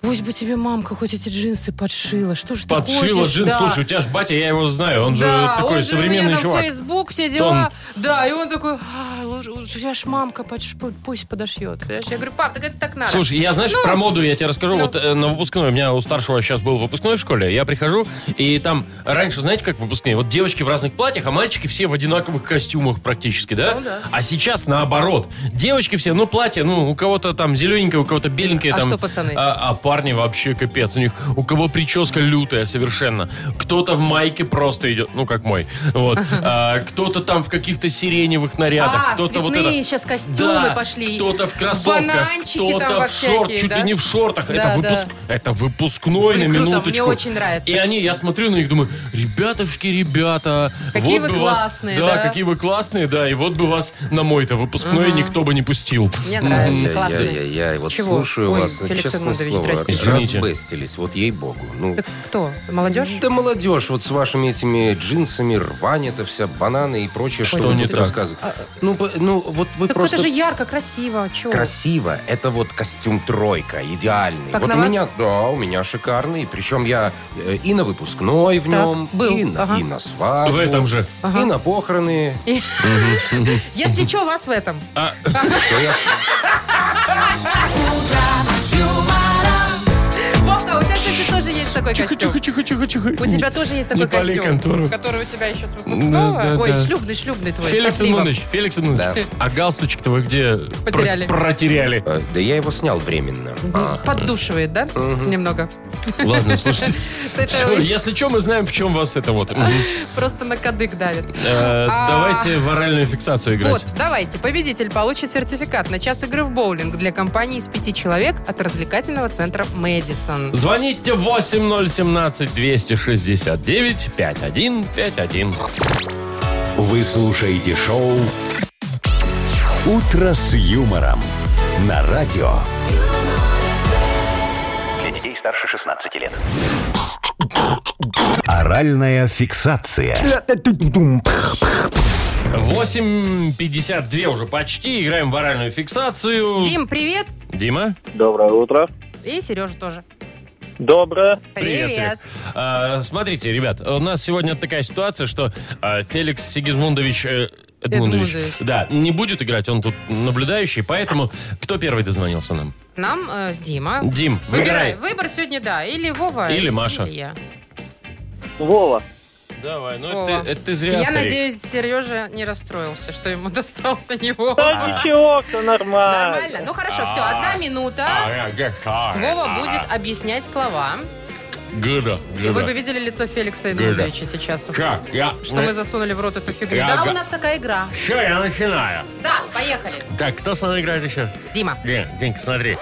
Speaker 2: пусть бы тебе мамка хоть эти джинсы подшила, что ж ты
Speaker 1: Подшила
Speaker 2: ходишь,
Speaker 1: джинс.
Speaker 2: да.
Speaker 1: Слушай, у тебя же батя, я его знаю, он же
Speaker 2: Да,
Speaker 1: такой
Speaker 2: он же у
Speaker 1: современный
Speaker 2: меня
Speaker 1: чувак.
Speaker 2: Там Facebook, все дела. Да, и он такой, «А, лучше- у тебя ж мамка подш- пусть подошьет. понимаешь? Я говорю, пап, так это так надо.
Speaker 1: Слушай, я, знаешь, про моду я тебе расскажу.
Speaker 2: Ну.
Speaker 1: Вот э, на выпускной, у меня у старшего сейчас был выпускной в школе. Я прихожу, и там раньше, знаете, как выпускные? Вот девочки в разных платьях, а мальчики все в одинаковых костюмах практически, да?
Speaker 2: Ну да.
Speaker 1: А сейчас наоборот. Девочки все, ну, платье, ну, у кого-то там зелененькое, у кого-то беленькое.
Speaker 2: А
Speaker 1: там,
Speaker 2: что, пацаны?
Speaker 1: А, а парни вообще капец. У них, у кого прическа лютая совершенно. Кто-то в майке просто идет, ну, как мой. Вот. А, кто-то там в каких-то сиреневых нарядах.
Speaker 2: а,
Speaker 1: кто-то
Speaker 2: цветные
Speaker 1: вот это...
Speaker 2: сейчас костюмы
Speaker 1: Да,
Speaker 2: пошли.
Speaker 1: Кто-то в кроссовках,
Speaker 2: Бананчики там
Speaker 1: кто-то
Speaker 2: во
Speaker 1: в шорт,
Speaker 2: всякие,
Speaker 1: чуть
Speaker 2: да?
Speaker 1: ли не в шортах.
Speaker 2: Да,
Speaker 1: Это выпуск,
Speaker 2: да.
Speaker 1: Это выпускной
Speaker 2: Блин,
Speaker 1: на
Speaker 2: круто,
Speaker 1: минуточку.
Speaker 2: мне очень нравится.
Speaker 1: И они, я смотрю на них, думаю, ребятушки, ребята.
Speaker 2: Какие
Speaker 1: вот
Speaker 2: вы
Speaker 1: бы вас-
Speaker 2: классные,
Speaker 1: да,
Speaker 2: да?
Speaker 1: какие вы классные, да. И вот бы вас на мой-то выпускной никто бы не пустил.
Speaker 2: Мне нравится, классно.
Speaker 5: Я вот
Speaker 2: Чего?
Speaker 5: слушаю
Speaker 2: Ой,
Speaker 5: вас,
Speaker 2: Феликс
Speaker 5: честное
Speaker 2: Эдмундович,
Speaker 5: слово,
Speaker 2: здрасте.
Speaker 1: Извините.
Speaker 5: разбестились, вот ей-богу. Ну,
Speaker 2: Так кто? Молодежь?
Speaker 5: Да молодежь вот с вашими этими джинсами, рвань это вся, бананы и прочее,
Speaker 2: Что
Speaker 5: вы
Speaker 1: не
Speaker 5: тут
Speaker 1: так?
Speaker 5: рассказываете. Ну, по- ну, вот вы
Speaker 2: Так
Speaker 5: просто...
Speaker 2: А, это же ярко, красиво. Чего?
Speaker 5: Красиво. Это вот костюм тройка, идеальный.
Speaker 2: Как
Speaker 5: вот
Speaker 2: на
Speaker 5: у
Speaker 2: вас?
Speaker 5: меня, да, у меня шикарный. Причем я э, и на выпускной в
Speaker 2: Так,
Speaker 5: нем,
Speaker 2: был,
Speaker 5: и, на,
Speaker 2: ага.
Speaker 5: и на свадьбу.
Speaker 1: В этом же.
Speaker 2: Ага.
Speaker 5: И на похороны.
Speaker 2: Если что, вас в этом.
Speaker 1: А,
Speaker 5: Что я-
Speaker 2: Вовка, у тебя, кстати, тоже есть такой костюм.
Speaker 1: тихо-тихо-тихо-тихо-тихо.
Speaker 2: У тебя тоже есть
Speaker 1: не
Speaker 2: такой
Speaker 1: пали
Speaker 2: костюм,
Speaker 1: контору.
Speaker 2: который у тебя еще с
Speaker 1: Да,
Speaker 2: выпускного.
Speaker 1: да,
Speaker 2: Ой,
Speaker 1: да.
Speaker 2: шлюбный, шлюбный твой.
Speaker 1: Феликс
Speaker 2: с отливом.
Speaker 1: Иванович, Феликс Иванович, а галстучек-то вы где
Speaker 2: Потеряли.
Speaker 1: про- протеряли?
Speaker 5: Э, Да я его снял временно. А,
Speaker 2: Мгм. Поддушивает, да? Немного.
Speaker 1: Ладно, слушайте.
Speaker 2: Это
Speaker 1: Всё,
Speaker 2: вы-
Speaker 1: Если что, мы знаем, в чем вас это вот. Мгм.
Speaker 2: Просто на кадык давит.
Speaker 1: Э,
Speaker 2: А.
Speaker 1: Давайте в оральную фиксацию
Speaker 2: Вот,
Speaker 1: играть.
Speaker 2: давайте. Победитель получит сертификат на час игры в боулинг для компании из пяти человек от развлекательного центра «Мэдисон».
Speaker 1: Звоните 8017-269-5151.
Speaker 3: Вы слушаете шоу «Утро с юмором» на радио.
Speaker 4: Для детей старше 16 лет.
Speaker 3: Оральная фиксация.
Speaker 1: 8.52 уже почти. Играем в оральную фиксацию.
Speaker 2: Дим, привет.
Speaker 1: Дима?
Speaker 6: Доброе утро.
Speaker 2: И Сережа тоже.
Speaker 6: Доброе.
Speaker 2: Привет.
Speaker 1: Серег. А, смотрите, ребят, у нас сегодня такая ситуация, что а, Феликс Сигизмундович... э, Эдмундович,
Speaker 2: Эдмундович.
Speaker 1: Да, не будет играть, он тут наблюдающий, поэтому кто первый дозвонился нам?
Speaker 2: Нам э, Дима.
Speaker 1: Дим,
Speaker 2: Выбирай.
Speaker 1: выбирай.
Speaker 2: Выбор сегодня, да. Или Вова.
Speaker 1: Или Маша.
Speaker 2: или я.
Speaker 6: Вова.
Speaker 1: Давай, ну
Speaker 2: Вова.
Speaker 1: это, ты- это ты зря,
Speaker 2: Я
Speaker 1: старик.
Speaker 2: надеюсь, Сережа не расстроился, что ему достался не
Speaker 6: Да
Speaker 2: Вова.
Speaker 6: ничего, все нормально.
Speaker 2: Нормально? Ну хорошо, все,
Speaker 1: А.
Speaker 2: одна минута.
Speaker 1: А, га- га-
Speaker 2: Вова
Speaker 1: а,
Speaker 2: будет объяснять слова.
Speaker 1: Гыда,
Speaker 2: И вы бы
Speaker 1: гыда.
Speaker 2: видели лицо Феликса Эдмундовича сейчас.
Speaker 1: Как? Я...
Speaker 2: Что мы засунули в рот эту фигню.
Speaker 1: Я
Speaker 2: Да,
Speaker 1: га-
Speaker 2: у нас такая игра.
Speaker 1: Все, я начинаю.
Speaker 2: Да, поехали.
Speaker 1: Так, кто с нами играет еще?
Speaker 2: Дима.
Speaker 1: День, Денька, смотри.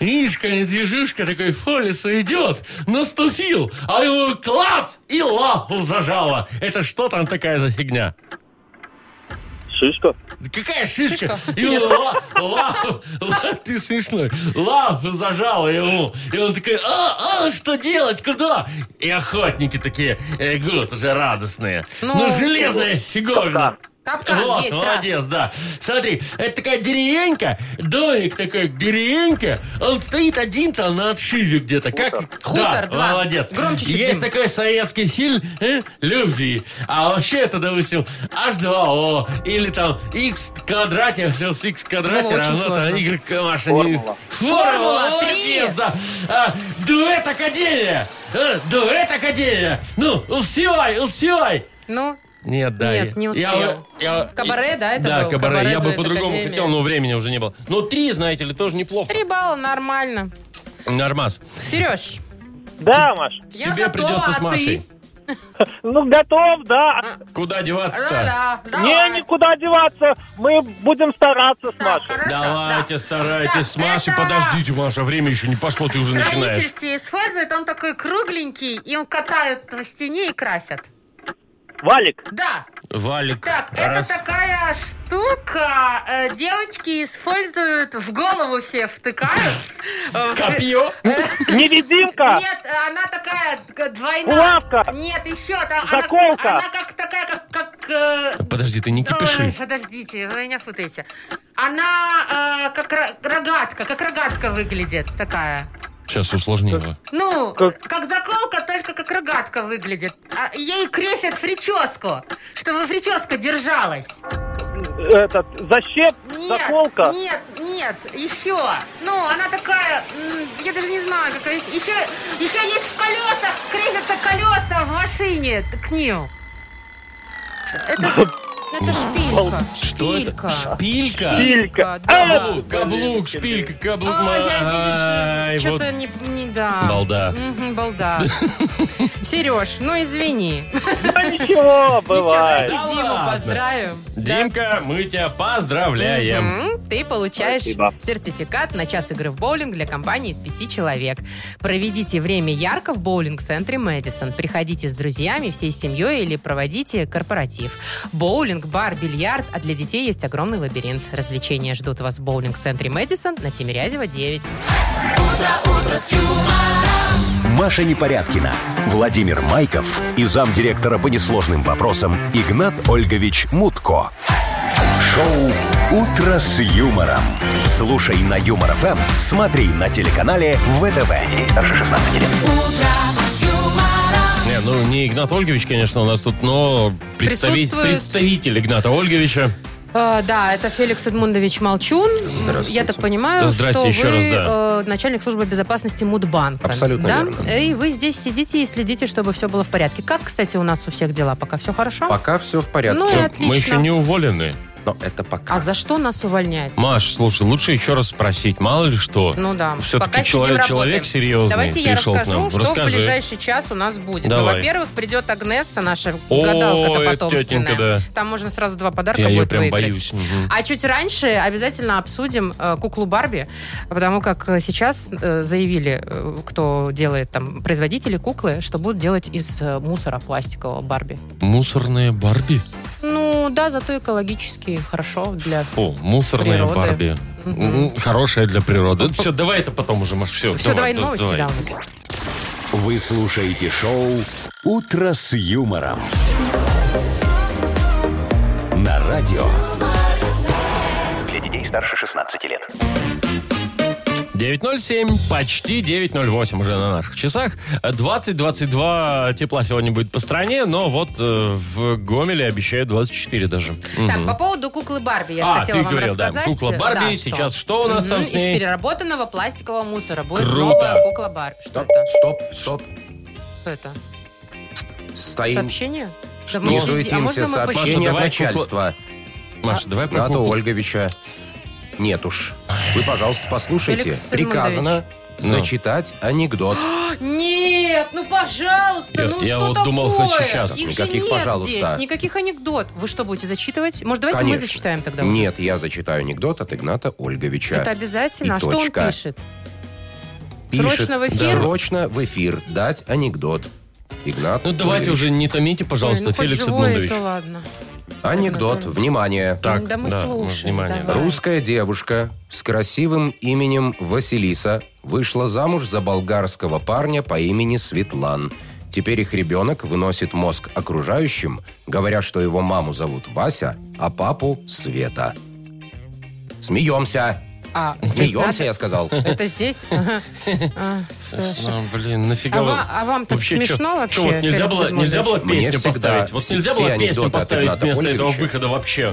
Speaker 1: Мишка, недвижишка такой по лесу идет, наступил, а его клац и лапу зажало. Это что там такая за фигня?
Speaker 6: Шишка.
Speaker 1: Да Какая шишка?
Speaker 2: Шишка.
Speaker 1: Его ла- лапу, ла- ты смешной, лапу зажала ему. И он такой, а, а, что делать, куда? И охотники такие бегут уже радостные.
Speaker 2: Ну,
Speaker 1: Ну, железная фиговина.
Speaker 2: Капкан
Speaker 1: Вот,
Speaker 2: есть,
Speaker 1: молодец,
Speaker 2: раз.
Speaker 1: да. Смотри, это такая деревенька, домик такой, деревенька. Он стоит один-то на отшиве где-то. Как? да,
Speaker 2: Хутор, два.
Speaker 1: молодец.
Speaker 2: Громче чуть,
Speaker 1: Есть
Speaker 2: Дим.
Speaker 1: такой советский фильм э, «Любви». А вообще это, допустим, H2O или там X в квадрате плюс X в квадрате
Speaker 2: Ну, очень
Speaker 1: равно там
Speaker 2: сложно.
Speaker 1: Y, Маша, не-
Speaker 6: Формула.
Speaker 1: Формула,
Speaker 2: Формула, три.
Speaker 1: молодец, да. А, дуэт Академия. Э, дуэт Академия. Ну, успевай, успевай.
Speaker 2: Ну,
Speaker 1: Нет, да.
Speaker 2: Нет,
Speaker 1: я-
Speaker 2: не успел.
Speaker 1: я- я-
Speaker 2: Кабаре, да, это
Speaker 1: Да,
Speaker 2: был?
Speaker 1: кабаре.
Speaker 2: Кабаре
Speaker 1: Я бы
Speaker 2: дуэт
Speaker 1: по-другому
Speaker 2: Академия.
Speaker 1: хотел, но времени уже не было. Ну, три, знаете ли, тоже неплохо.
Speaker 2: три балла, нормально.
Speaker 1: Нормас.
Speaker 2: Сереж,
Speaker 6: Да, Маш.
Speaker 2: я
Speaker 1: Тебе
Speaker 2: готова,
Speaker 1: придется
Speaker 2: а
Speaker 1: с
Speaker 2: ты? А.
Speaker 1: Машей.
Speaker 6: Ну, готов, да.
Speaker 1: Куда деваться-то?
Speaker 2: Ра-ра, давай.
Speaker 6: Не, никуда деваться. Мы будем стараться с
Speaker 2: Так,
Speaker 6: Машей.
Speaker 2: хорошо,
Speaker 1: Давайте,
Speaker 2: Так,
Speaker 1: старайтесь с Машей.
Speaker 2: это-
Speaker 1: Подождите, Маша, время еще не пошло, ты уже
Speaker 2: В
Speaker 1: начинаешь.
Speaker 2: строительстве используют, он такой кругленький, им катают на стене и красят.
Speaker 6: Валик.
Speaker 2: Да,
Speaker 1: Валик.
Speaker 2: так,
Speaker 1: раз.
Speaker 2: это такая штука, э, девочки используют, в голову все втыкают. Э, в-
Speaker 1: Копье?
Speaker 6: Невидимка.
Speaker 2: Нет, она такая г- двойная.
Speaker 6: Булавка.
Speaker 2: Нет, еще там. она-
Speaker 6: Заколка.
Speaker 2: Она как такая, как... как э,
Speaker 1: Подожди, ты не
Speaker 2: Ой,
Speaker 1: кипиши.
Speaker 2: подождите, вы меня путаете. Она э, как ро- рогатка, как рогатка выглядит такая.
Speaker 1: Сейчас усложни его.
Speaker 2: Ну, как,
Speaker 6: Как-
Speaker 2: заколка, только как рогатка выглядит. А ей крепят прическу, чтобы прическа держалась.
Speaker 6: Этот, защеп.
Speaker 2: Нет,
Speaker 6: Заколка.
Speaker 2: нет, нет, еще. Ну, она такая, м, я даже не знаю, какая есть. Еще, еще есть в колесах, крепятся колеса в машине к ним. Это Это шпилька.
Speaker 1: Что это?
Speaker 2: Шпилька.
Speaker 1: Шпилька? Э!
Speaker 6: Пилька.
Speaker 2: да.
Speaker 1: Каблук, каблук, шпилька, каблук.
Speaker 2: А,
Speaker 1: Ай,
Speaker 2: я, видишь,
Speaker 1: вот
Speaker 2: что-то не, не да.
Speaker 1: Балда.
Speaker 2: Мгм, балда. Сереж, ну извини.
Speaker 6: Да ничего,
Speaker 2: Ничего,
Speaker 6: бывает.
Speaker 2: давайте
Speaker 1: Да
Speaker 2: Диму
Speaker 1: ладно.
Speaker 2: поздравим.
Speaker 1: Димка, мы тебя поздравляем.
Speaker 2: Мгм. Ты получаешь
Speaker 6: Спасибо.
Speaker 2: сертификат на час игры в боулинг для компании из пяти человек. Проведите время ярко в боулинг-центре Мэдисон. Приходите с друзьями, всей семьей или проводите корпоратив. Боулинг, бар, бильярд, а для детей есть огромный лабиринт. Развлечения ждут вас в боулинг-центре Мэдисон на Тимирязева 9.
Speaker 3: Маша Непорядкина, Владимир Майков и замдиректора по несложным вопросам Игнат Ольгович Мутко. Шоу «Утро с юмором». Слушай на Юмор ФМ, смотри на телеканале ВТВ. Ей старше 16 лет.
Speaker 1: Не, ну не Игнат Ольгович, конечно, у нас тут, но представитель,
Speaker 2: Присутствует.
Speaker 1: представитель Игната Ольговича.
Speaker 2: Э, да, это Феликс Эдмундович Молчун.
Speaker 5: Здравствуйте.
Speaker 2: Я так понимаю,
Speaker 1: Да, здрасте
Speaker 2: что
Speaker 1: еще
Speaker 2: вы
Speaker 1: раз,
Speaker 2: э, начальник службы безопасности Мудбанка.
Speaker 5: Абсолютно
Speaker 2: да?
Speaker 5: верно.
Speaker 2: И вы здесь сидите и следите, чтобы все было в порядке. Как, кстати, у нас у всех дела? Пока все хорошо?
Speaker 5: Пока все в порядке.
Speaker 2: Ну и отлично.
Speaker 1: Мы еще не уволены.
Speaker 5: Но это пока.
Speaker 2: А за что нас увольнять?
Speaker 1: Маш, слушай, лучше еще раз спросить, мало ли что.
Speaker 2: Ну да.
Speaker 1: Все-таки
Speaker 2: Пока сидим,
Speaker 1: человек-
Speaker 2: работаем.
Speaker 1: человек серьезный
Speaker 2: Давайте я
Speaker 1: пришел к
Speaker 2: расскажу,
Speaker 1: нам.
Speaker 2: что
Speaker 1: Расскажи.
Speaker 2: в ближайший час у нас будет. Ну,
Speaker 1: Давай.
Speaker 2: во-первых, придет Агнесса, наша
Speaker 1: Ой,
Speaker 2: гадалка-то потомственная.
Speaker 1: тетенька, да.
Speaker 2: Там можно сразу два подарка
Speaker 1: Я ее
Speaker 2: будет
Speaker 1: прям
Speaker 2: выиграть.
Speaker 1: боюсь. Мгм.
Speaker 2: А чуть раньше обязательно обсудим э, куклу Барби, потому как э, сейчас э, заявили, э, кто делает там производители куклы, что будут делать из э, мусора пластикового Барби.
Speaker 1: Мусорная Барби?
Speaker 2: Ну да, зато экологически хорошо для.
Speaker 1: Фу, мусорная
Speaker 2: Природы.
Speaker 1: Барби.
Speaker 2: Мгм.
Speaker 1: М, Хорошая для природы. Все, давай это потом уже, Маш, все.
Speaker 2: Все, давай, новости да, у нас.
Speaker 3: Вы слушаете шоу «Утро с юмором». На радио
Speaker 4: Для детей старше 16 лет.
Speaker 1: 9.07, почти 9.08 уже на наших часах. 20-22 тепла сегодня будет по стране, но вот э, в Гомеле обещают 24 даже.
Speaker 2: Так,
Speaker 1: Мгм.
Speaker 2: по поводу куклы Барби я же
Speaker 1: А,
Speaker 2: хотела
Speaker 1: ты
Speaker 2: вам
Speaker 1: говорила, да.
Speaker 2: рассказать. э,
Speaker 1: Кукла Барби,
Speaker 2: что.
Speaker 1: сейчас что у нас там
Speaker 2: Мгм,
Speaker 1: с ней?
Speaker 2: Из переработанного пластикового мусора будет
Speaker 1: Круто.
Speaker 2: новая кукла Барби. Что
Speaker 5: Стоп,
Speaker 2: это?
Speaker 5: стоп, стоп.
Speaker 2: Что это?
Speaker 5: Стоим.
Speaker 2: Сообщение? Да мы сидим.
Speaker 5: Не
Speaker 2: А можно
Speaker 5: суетимся.
Speaker 2: мы посчитаем?
Speaker 5: Сообщение от
Speaker 1: Маша, давай
Speaker 5: начальства.
Speaker 1: Маша, давай про
Speaker 5: Ната
Speaker 1: куклу.
Speaker 5: А, Ольговича. Нет уж. Вы, пожалуйста, послушайте.
Speaker 2: Феликс Эдмундович.
Speaker 5: Приказано
Speaker 1: Ну.
Speaker 5: зачитать анекдот.
Speaker 2: Нет, ну пожалуйста,
Speaker 1: Я-
Speaker 2: ну
Speaker 1: я
Speaker 2: что
Speaker 1: вот
Speaker 2: такое?
Speaker 1: думал, хоть сейчас.
Speaker 2: Их же
Speaker 5: Никаких
Speaker 2: нет
Speaker 5: «пожалуйста».
Speaker 2: здесь, никаких анекдот. Вы что, будете зачитывать? Может, давайте мы
Speaker 5: Конечно.
Speaker 2: зачитаем тогда уже?
Speaker 5: Нет, я зачитаю анекдот от Игната Ольговича.
Speaker 2: Это обязательно?
Speaker 5: И
Speaker 2: а что он
Speaker 5: точка.
Speaker 2: пишет?
Speaker 5: Пишет,
Speaker 2: Срочно в эфир?
Speaker 5: Срочно в эфир дать анекдот. Игнат
Speaker 1: Ну давайте
Speaker 5: Ольгович.
Speaker 1: уже не томите, пожалуйста,
Speaker 2: Ой, ну, хоть
Speaker 1: Феликс
Speaker 2: живое,
Speaker 1: Эдмундович.
Speaker 2: это ладно.
Speaker 5: Анекдот, внимание.
Speaker 1: Так,
Speaker 2: Да мы слушаем,
Speaker 1: внимание.
Speaker 2: давай.
Speaker 5: Русская девушка с красивым именем Василиса вышла замуж за болгарского парня по имени Светлан. Теперь их ребенок выносит мозг окружающим, говоря, что его маму зовут Вася, а папу Света. Смеемся.
Speaker 2: А, здесь
Speaker 5: Смеемся,
Speaker 2: надо?
Speaker 5: я сказал.
Speaker 2: Это здесь? Ага. А, Саша.
Speaker 1: Ну, блин, нафига
Speaker 2: А
Speaker 1: вот-
Speaker 2: ва- а вам-то смешно
Speaker 1: чё-
Speaker 2: вообще,
Speaker 1: чё вот нельзя
Speaker 2: Феликс
Speaker 1: было,
Speaker 2: Эдмундович?
Speaker 1: нельзя было
Speaker 5: Мне
Speaker 1: песню
Speaker 5: всегда
Speaker 1: поставить. Вот нельзя
Speaker 5: все
Speaker 1: было
Speaker 5: анекдоты
Speaker 1: песню
Speaker 5: от
Speaker 1: поставить
Speaker 5: Игната
Speaker 1: вместо этого
Speaker 5: Ольговича.
Speaker 1: выхода вообще.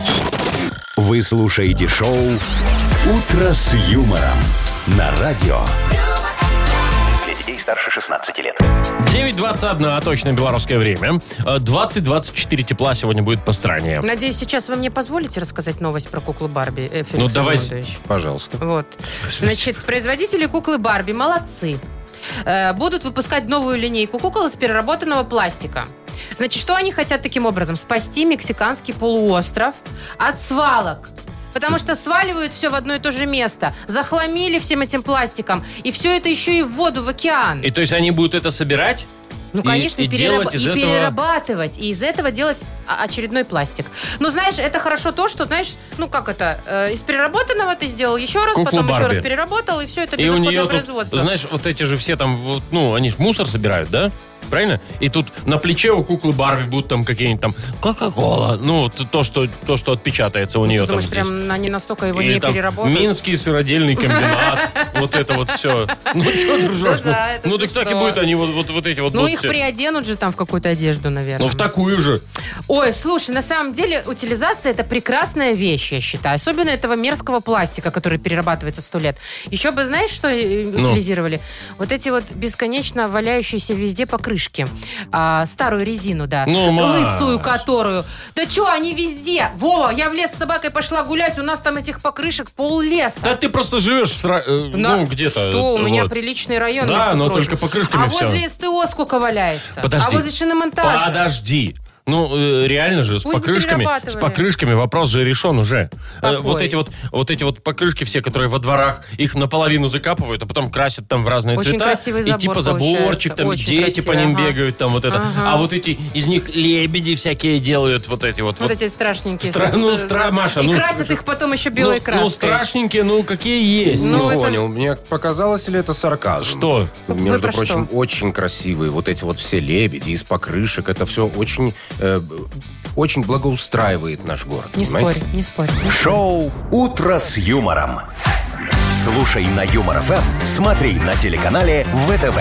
Speaker 3: вы слушаете шоу «Утро с юмором». На радио
Speaker 4: Для детей старше 16 лет.
Speaker 1: 9.21, а точно белорусское время. Э, 20-24 тепла сегодня будет по стране.
Speaker 2: Надеюсь, сейчас вы мне позволите рассказать новость про куклу Барби, э, Феликс
Speaker 1: Ну, давай.
Speaker 2: Эдмундович?
Speaker 5: Пожалуйста.
Speaker 2: Вот. Значит, производители куклы Барби молодцы. Э, Будут выпускать новую линейку кукол из переработанного пластика. Значит, что они хотят таким образом? Спасти мексиканский полуостров от свалок. Потому что сваливают все в одно и то же место. Захламили всем этим пластиком. И все это еще и в воду, в океан.
Speaker 1: И то есть они будут это собирать?
Speaker 2: Ну,
Speaker 1: И-
Speaker 2: конечно,
Speaker 1: и
Speaker 2: перераб-
Speaker 1: делать из
Speaker 2: и
Speaker 1: этого-
Speaker 2: перерабатывать, и из этого делать о- очередной пластик. Ну, знаешь, это хорошо то, что, знаешь, ну как это, э, из переработанного ты сделал еще раз,
Speaker 1: Куклу
Speaker 2: потом еще
Speaker 1: Барби.
Speaker 2: раз переработал, и все это
Speaker 1: И у
Speaker 2: безотходное
Speaker 1: нее тут,
Speaker 2: производство.
Speaker 1: знаешь, вот эти же все там, вот, ну, они же мусор собирают, да? Правильно? И тут на плече у куклы Барби будут там какие-нибудь там Кока-Кола. Ну, вот то, что, то, что отпечатается у
Speaker 2: Ну,
Speaker 1: нее
Speaker 2: ты
Speaker 1: там
Speaker 2: думаешь,
Speaker 1: здесь.
Speaker 2: прям они настолько его
Speaker 1: Или
Speaker 2: не
Speaker 1: там
Speaker 2: переработают?
Speaker 1: Минский сыродельный комбинат. Вот это вот все. Ну, что ты ржешь?
Speaker 2: Ну да, это
Speaker 1: Ну, так так и
Speaker 2: смешно.
Speaker 1: будет, они вот- вот вот эти вот
Speaker 2: Ну,
Speaker 1: будут
Speaker 2: их
Speaker 1: все.
Speaker 2: приоденут же там в какую-то одежду, наверное.
Speaker 1: Ну, в такую же.
Speaker 2: Ой, слушай, на самом деле утилизация это прекрасная вещь, я считаю. Особенно этого мерзкого пластика, который перерабатывается сто лет. Еще бы знаешь, что э,
Speaker 1: Ну.
Speaker 2: утилизировали? Вот эти вот бесконечно валяющиеся везде по покрышки. А, старую резину, да.
Speaker 1: Ну, Маш.
Speaker 2: Лысую, которую. Да что, они везде. Вова, я в лес с собакой пошла гулять, у нас там этих покрышек пол леса.
Speaker 1: Да ты просто живешь в сра- э,
Speaker 2: На-
Speaker 1: ну, где-то.
Speaker 2: Что, у
Speaker 1: вот.
Speaker 2: меня приличный район.
Speaker 1: Да,
Speaker 2: между
Speaker 1: но
Speaker 2: прочим.
Speaker 1: только покрышками
Speaker 2: А
Speaker 1: всё.
Speaker 2: возле СТО сколько валяется?
Speaker 1: Подожди.
Speaker 2: А возле шиномонтажа?
Speaker 1: Подожди. Ну, э, реально же, с
Speaker 2: Пусть бы
Speaker 1: покрышками, с
Speaker 2: перерабатывали.
Speaker 1: покрышками вопрос же решен уже. Э,
Speaker 2: Какой?
Speaker 1: вот, эти вот, вот эти вот покрышки все, которые во дворах, их наполовину закапывают, а потом красят там в разные
Speaker 2: Очень
Speaker 1: цвета.
Speaker 2: красивый
Speaker 1: и типа
Speaker 2: забор
Speaker 1: заборчик,
Speaker 2: получается.
Speaker 1: там
Speaker 2: Очень
Speaker 1: дети
Speaker 2: красивый,
Speaker 1: по ним
Speaker 2: ага.
Speaker 1: бегают, там вот это.
Speaker 2: Ага.
Speaker 1: А вот эти, из них лебеди всякие делают вот эти вот.
Speaker 2: Вот
Speaker 1: вот.
Speaker 2: эти страшненькие.
Speaker 1: Стра- ну, стра- Маша,
Speaker 2: И
Speaker 1: ну,
Speaker 2: красят их потом еще белой
Speaker 1: ну,
Speaker 2: краской.
Speaker 1: ну, страшненькие, ну, какие есть.
Speaker 2: Ну,
Speaker 5: не
Speaker 2: это-
Speaker 5: понял, мне показалось ли это сарказм?
Speaker 1: Что?
Speaker 2: Вы
Speaker 5: Между
Speaker 2: про
Speaker 5: прочим,
Speaker 2: что?
Speaker 5: очень красивые вот эти вот все лебеди из покрышек. Это все очень, э, очень благоустраивает наш город.
Speaker 2: Не
Speaker 5: понимаете?
Speaker 2: спорь, не спорь. Ну,
Speaker 3: Шоу «Утро с юмором». Слушай на Юмор ФМ, смотри на телеканале ВТВ.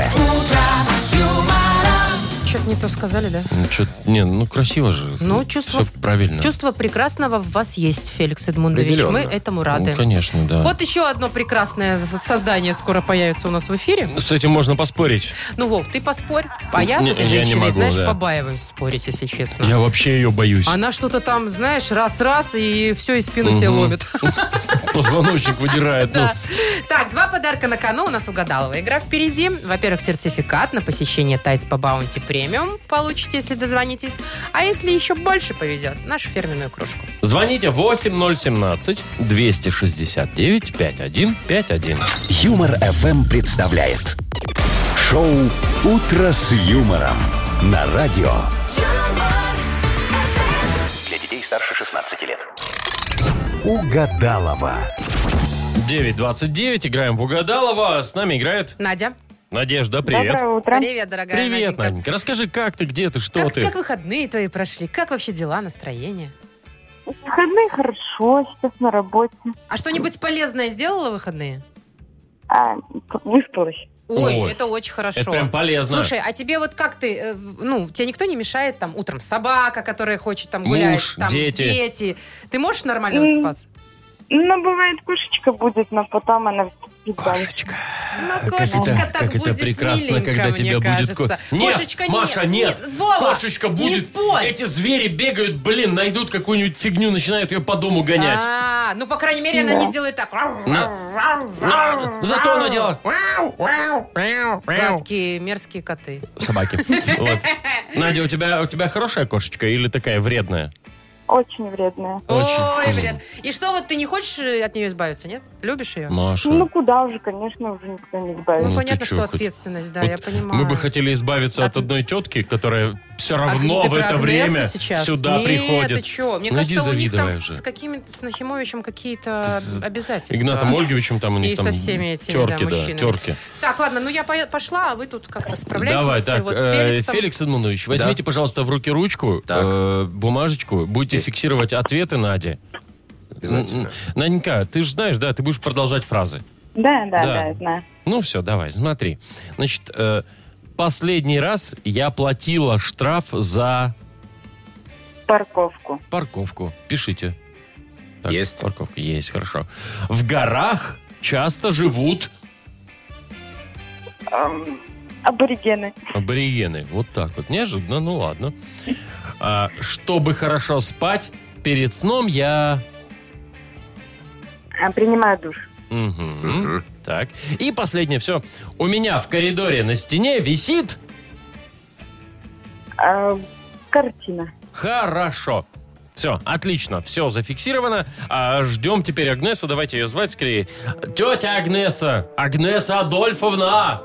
Speaker 2: Что-то не то сказали, да?
Speaker 1: Ну, чё- не, ну, красиво же.
Speaker 2: Ну, чувство,
Speaker 1: Всё правильно.
Speaker 2: чувство прекрасного в вас есть, Феликс Эдмундович. Мы
Speaker 5: Определенно.
Speaker 2: этому
Speaker 1: Ну,
Speaker 2: рады.
Speaker 1: конечно, да.
Speaker 2: вот еще одно прекрасное со- создание скоро появится у нас в эфире.
Speaker 1: С этим можно поспорить.
Speaker 2: Ну, Вов, ты поспорь. А я с
Speaker 1: Не, я
Speaker 2: этой
Speaker 1: не
Speaker 2: женщиной,
Speaker 1: могу,
Speaker 2: знаешь,
Speaker 1: да.
Speaker 2: побаиваюсь спорить, если честно.
Speaker 1: Я вообще ее боюсь.
Speaker 2: Она что-то там, знаешь, раз-раз, и все, и спину тебе
Speaker 1: Мгм.
Speaker 2: ломит.
Speaker 1: Позвоночник выдирает. ну.
Speaker 2: Да. Так, два подарка на кону. У нас угадалова игра впереди. Во-первых, сертификат на посещение Тайс по Баунти Премиум получите, если дозвонитесь. А если еще больше повезет, нашу фирменную кружку.
Speaker 1: Звоните 8017 269 5151.
Speaker 3: Юмор ФМ представляет. Шоу «Утро с юмором» на радио.
Speaker 4: Для детей старше 16 лет.
Speaker 3: Угадалова.
Speaker 1: 929. Играем в Угадалова. С нами играет
Speaker 2: Надя.
Speaker 1: Надежда. Привет.
Speaker 7: Доброе утро.
Speaker 2: Привет, дорогая
Speaker 1: Привет,
Speaker 2: Наденька.
Speaker 1: Наденька. Расскажи, как ты, где ты, что
Speaker 2: Как,
Speaker 1: ты?
Speaker 2: как выходные твои прошли? Как вообще дела, настроение?
Speaker 7: Выходные хорошо, сейчас на работе.
Speaker 2: А что-нибудь полезное сделала в выходные?
Speaker 7: А, выспалась.
Speaker 2: Ой,
Speaker 1: Ой,
Speaker 2: это очень хорошо.
Speaker 1: Это прям полезно.
Speaker 2: Слушай, а тебе вот как ты, э, в- ну, тебе никто не мешает там утром собака, которая хочет там
Speaker 1: Муж,
Speaker 2: гулять, там
Speaker 1: дети.
Speaker 2: дети. Ты можешь нормально
Speaker 7: М,
Speaker 2: высыпаться?
Speaker 7: Ну, бывает, кошечка будет, но потом она...
Speaker 1: Кошечка.
Speaker 2: Ну,
Speaker 1: Как это-
Speaker 2: кошечка так
Speaker 1: как это
Speaker 2: будет
Speaker 1: прекрасно,
Speaker 2: миленько,
Speaker 1: когда
Speaker 2: мне
Speaker 1: тебя будет ко-
Speaker 2: кажется.
Speaker 1: Нет,
Speaker 2: кошечка не-
Speaker 1: Маша, нет.
Speaker 2: Вова,
Speaker 1: Кошечка
Speaker 2: Не
Speaker 1: будет.
Speaker 2: спорь.
Speaker 1: Эти звери бегают, блин, найдут какую-нибудь фигню, начинают ее по дому гонять.
Speaker 2: А, ну, по крайней мере, она не делает так.
Speaker 1: На- Зато она делала.
Speaker 2: Гадкие, мерзкие коты.
Speaker 1: Собаки. Вот. Надя, у тебя, у тебя хорошая кошечка или такая вредная?
Speaker 7: Очень вредная.
Speaker 1: Очень.
Speaker 2: Ой, блин. И что, вот ты не хочешь э, от нее избавиться, нет? Любишь ее?
Speaker 1: Маша.
Speaker 7: Ну, куда уже, конечно, уже никто не избавится.
Speaker 1: Ну,
Speaker 2: Ну,
Speaker 1: ты чё,
Speaker 2: понятно, что
Speaker 1: хоть-
Speaker 2: ответственность, да,
Speaker 1: вот
Speaker 2: я понимаю.
Speaker 1: Мы бы хотели избавиться от
Speaker 2: От-
Speaker 1: одной тетки, которая все
Speaker 2: А
Speaker 1: равно
Speaker 2: говорите
Speaker 1: в
Speaker 2: про
Speaker 1: это
Speaker 2: Агнесу
Speaker 1: время
Speaker 2: сейчас?
Speaker 1: сюда
Speaker 2: Нет,
Speaker 1: приходит.
Speaker 2: ты чё? Мне
Speaker 1: Ну, иди
Speaker 2: кажется, у них там
Speaker 1: завидовай уже.
Speaker 2: с какими-то, с Нахимовичем какие-то
Speaker 1: С
Speaker 2: обязательства.
Speaker 1: Игнатом Ольговичем там у них
Speaker 2: И
Speaker 1: там
Speaker 2: со всеми этими, да,
Speaker 1: терки,
Speaker 2: мужчинами.
Speaker 1: терки.
Speaker 2: Так, ладно, ну я по- пошла, а вы тут как-то справляйтесь
Speaker 1: Давай, так,
Speaker 2: вот с
Speaker 1: э,
Speaker 2: Феликсом.
Speaker 1: Феликс Эдмундович, возьмите, пожалуйста, в руки ручку,
Speaker 5: Так.
Speaker 1: э, бумажечку, будете
Speaker 5: Есть.
Speaker 1: фиксировать ответы Наде.
Speaker 5: Обязательно.
Speaker 1: Нанька, ты же знаешь, да, ты будешь продолжать фразы.
Speaker 7: Да, да,
Speaker 1: Да.
Speaker 7: да, я знаю.
Speaker 1: Ну все, давай, смотри. Значит, э, последний раз я платила штраф за
Speaker 7: Парковку.
Speaker 1: парковку. Пишите.
Speaker 5: Есть.
Speaker 1: Парковка есть, хорошо. В горах часто живут
Speaker 7: Эм, аборигены.
Speaker 1: аборигены. Вот так вот. Неожиданно, ну ладно. А, чтобы хорошо спать, перед сном я...
Speaker 7: А, принимаю душ.
Speaker 1: Мгм. Так. И последнее все. У меня в коридоре на стене висит...
Speaker 7: Эм, картина.
Speaker 1: Хорошо. Все, отлично, все зафиксировано. А, ждем теперь Агнесу, давайте ее звать скорее. Тетя Агнеса, Агнеса Адольфовна.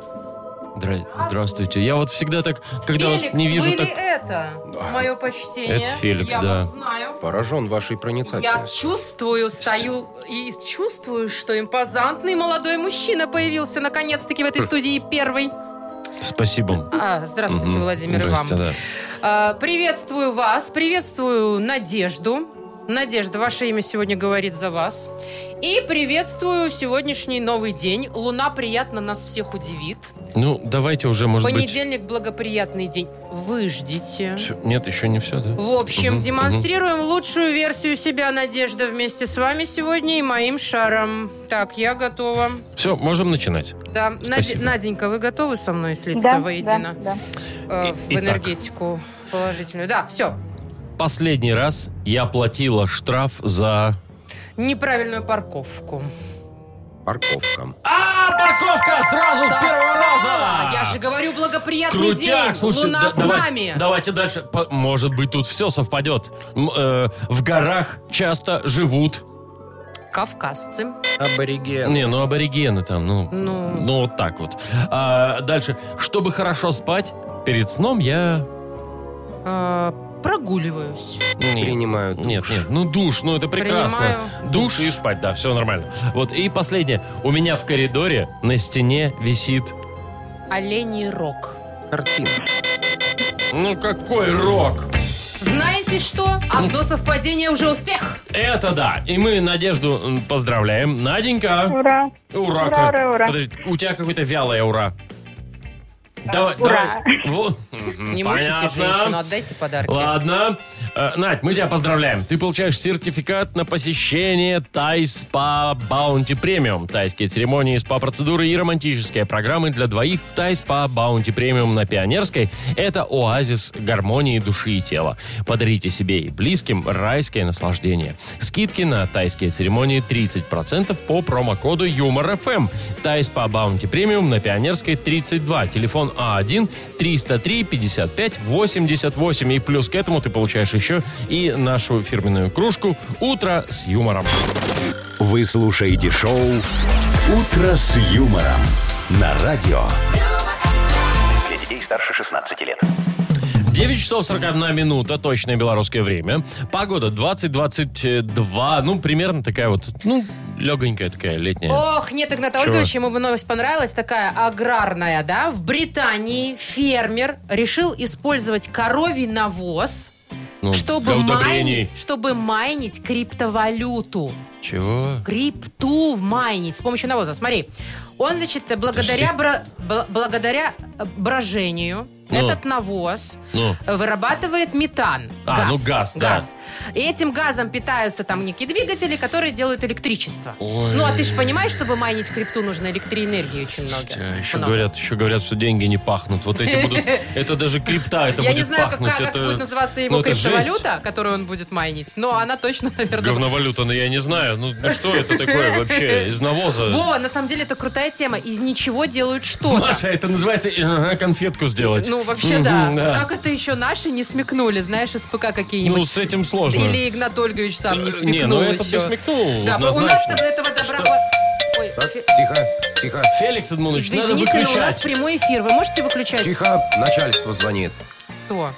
Speaker 1: Здра- Здравствуйте. Я вот всегда так, когда вас
Speaker 2: Феликс,
Speaker 1: не вижу,
Speaker 2: вы
Speaker 1: так...
Speaker 2: ли это? Мое почтение.
Speaker 1: Это Феликс,
Speaker 2: я
Speaker 1: да.
Speaker 2: вас знаю.
Speaker 5: Поражен вашей
Speaker 2: Я
Speaker 5: проницательностью.
Speaker 2: чувствую, стою и чувствую, что импозантный молодой мужчина появился наконец-таки в
Speaker 1: Хм.
Speaker 2: этой студии первый.
Speaker 1: Спасибо.
Speaker 2: А, здравствуйте,
Speaker 1: Мгм.
Speaker 2: Владимир, и
Speaker 1: Здрасте,
Speaker 2: вам.
Speaker 1: да.
Speaker 2: А, приветствую вас, приветствую Надежду. Надежда, ваше имя сегодня говорит за вас. И приветствую сегодняшний новый день. Луна приятно нас всех удивит.
Speaker 1: Ну, давайте уже, может быть...
Speaker 2: Понедельник благоприятный день. Вы ждите.
Speaker 1: Всё- Нет, еще не все, да?
Speaker 2: В общем,
Speaker 1: Мгм,
Speaker 2: демонстрируем лучшую версию себя, Надежда, вместе с вами сегодня и моим шаром. Так, я готова.
Speaker 1: Все, можем начинать.
Speaker 2: Да, Над-
Speaker 1: Спасибо.
Speaker 2: Наденька, вы готовы со мной слиться
Speaker 7: Да,
Speaker 2: воедино?
Speaker 7: да, да.
Speaker 2: Э,
Speaker 1: И-
Speaker 2: в
Speaker 1: итак.
Speaker 2: энергетику положительную. Да, все.
Speaker 1: Последний раз я платила штраф за...
Speaker 2: Неправильную парковку.
Speaker 5: Парковка.
Speaker 1: А, парковка сразу Ну, с первого раза!
Speaker 2: Я же говорю, благоприятный день.
Speaker 1: Крутяк, слушайте,
Speaker 2: Луна
Speaker 1: да-
Speaker 2: с
Speaker 1: давай-
Speaker 2: нами.
Speaker 1: давайте дальше. По- может быть, тут все совпадет. М, э, в горах часто живут...
Speaker 2: Кавказцы.
Speaker 5: Абориген.
Speaker 1: Не, ну аборигены там, ну...
Speaker 2: Ну.
Speaker 1: Ну, вот так вот. А, дальше. Чтобы хорошо спать, перед сном я...
Speaker 2: Э, прогуливаюсь.
Speaker 1: Нет,
Speaker 5: Принимаю душ.
Speaker 1: нет, нет. Ну, душ, ну это прекрасно.
Speaker 2: Принимаю
Speaker 1: Душ и спать, да, все нормально. Вот, и последнее. У меня в коридоре на стене висит...
Speaker 2: Оленей рог.
Speaker 5: Картина.
Speaker 1: Ну, какой рок!
Speaker 2: Знаете что? Одно совпадение уже успех.
Speaker 1: Это да. И мы Надежду м, поздравляем. Наденька!
Speaker 7: Ура.
Speaker 1: Ура,
Speaker 7: Ура,
Speaker 1: как-
Speaker 7: ура, ура.
Speaker 1: Подожди, у тебя какое-то вялое ура. Давай,
Speaker 7: Ура.
Speaker 1: давай. Во- Мгм,
Speaker 2: Не
Speaker 1: понятно.
Speaker 2: мучите женщину, отдайте подарки.
Speaker 1: Ладно. Э, Надь, мы тебя поздравляем. Ты получаешь сертификат на посещение Тай Спа Баунти Премиум. Тайские церемонии, спа-процедуры и романтические программы для двоих в Тай Спа Баунти Премиум на Пионерской. Это оазис гармонии души и тела. Подарите себе и близким райское наслаждение. Скидки на тайские церемонии 30% по промокоду Юмор ФМ. Тай Спа Баунти Премиум на Пионерской 32. Телефон А А1 303 55 88. И плюс к этому ты получаешь еще и нашу фирменную кружку «Утро с юмором».
Speaker 3: Вы слушаете шоу «Утро с юмором» на радио.
Speaker 4: Для детей старше 16 лет.
Speaker 1: 9 часов 41 минута, точное белорусское время. Погода 20-22, ну, примерно такая вот, ну, легонькая такая летняя.
Speaker 2: Ох, нет, Игнат
Speaker 1: Чего?
Speaker 2: Ольгович, ему бы новость понравилась, такая аграрная, да? В Британии фермер решил использовать коровий навоз,
Speaker 1: Ну,
Speaker 2: чтобы
Speaker 1: для удобрений.
Speaker 2: майнить, чтобы майнить криптовалюту.
Speaker 1: Чего?
Speaker 2: Крипту майнить с помощью навоза. Смотри, он, значит, благодаря, бра- бл- благодаря э, брожению,
Speaker 1: Ну.
Speaker 2: этот навоз
Speaker 1: Ну,
Speaker 2: вырабатывает метан.
Speaker 1: А, ну газ, да.
Speaker 2: И этим газом питаются там некие двигатели, которые делают электричество.
Speaker 1: Ой.
Speaker 2: Ну, а ты же понимаешь, чтобы майнить крипту, нужно электроэнергии очень много.
Speaker 1: Хотя еще
Speaker 2: Много.
Speaker 1: а э, говорят, еще говорят, что деньги не пахнут. Вот эти будут, это даже крипта, это
Speaker 2: Я
Speaker 1: будет
Speaker 2: не знаю,
Speaker 1: пахнуть.
Speaker 2: какая, как
Speaker 1: это
Speaker 2: будет называться его
Speaker 1: ну, это
Speaker 2: криптовалюта, которую он будет майнить, но она точно, наверное...
Speaker 1: говновалюта, но я не знаю. Ну ну что это такое вообще из навоза?
Speaker 2: Вова, на самом деле это крутая тема. Из ничего делают что-то.
Speaker 1: Маша, это называется э, ага, конфетку сделать.
Speaker 2: Ну, вообще,
Speaker 1: Мгм,
Speaker 2: да. Как это еще наши не смекнули, знаешь, из ПК
Speaker 1: Ну,
Speaker 2: какие-нибудь?
Speaker 1: с этим сложно.
Speaker 2: Или Игнат Ольгович сам не
Speaker 1: Э,
Speaker 2: смекнул
Speaker 1: не, ну это
Speaker 2: еще.
Speaker 1: бы смекнул,
Speaker 2: Да, у нас
Speaker 1: однозначно. Э?
Speaker 2: этого добра... по- Ой,
Speaker 5: Так,
Speaker 2: Фе-
Speaker 5: тихо, тихо,
Speaker 1: Феликс Эдмунович,
Speaker 2: Вы
Speaker 1: надо
Speaker 2: Извините, но у нас
Speaker 1: выключать.
Speaker 2: прямой эфир. Вы можете выключать?
Speaker 5: тихо. Начальство звонит.
Speaker 2: Кто?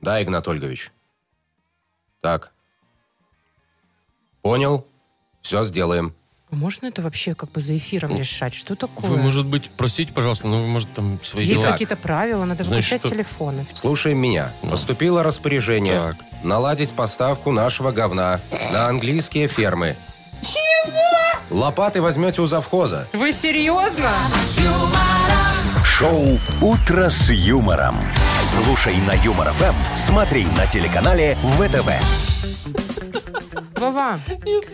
Speaker 5: Да, Игнат Ольгович. Так. Понял. Все сделаем.
Speaker 2: Можно это вообще как бы за эфиром решать? Что такое?
Speaker 1: Вы, может быть, простите, пожалуйста, но вы, может, там свои
Speaker 2: Есть
Speaker 1: дела.
Speaker 2: какие-то правила, надо
Speaker 1: Значит,
Speaker 2: выключать
Speaker 1: что-
Speaker 2: телефоны.
Speaker 5: Слушай меня.
Speaker 2: Ну.
Speaker 5: Поступило распоряжение наладить поставку нашего говна на английские фермы. Чего? Лопаты возьмете у завхоза.
Speaker 2: Вы серьезно?
Speaker 3: Шоу «Утро с юмором». Слушай на Юмор ФМ, смотри на телеканале ВТВ.
Speaker 2: Вова,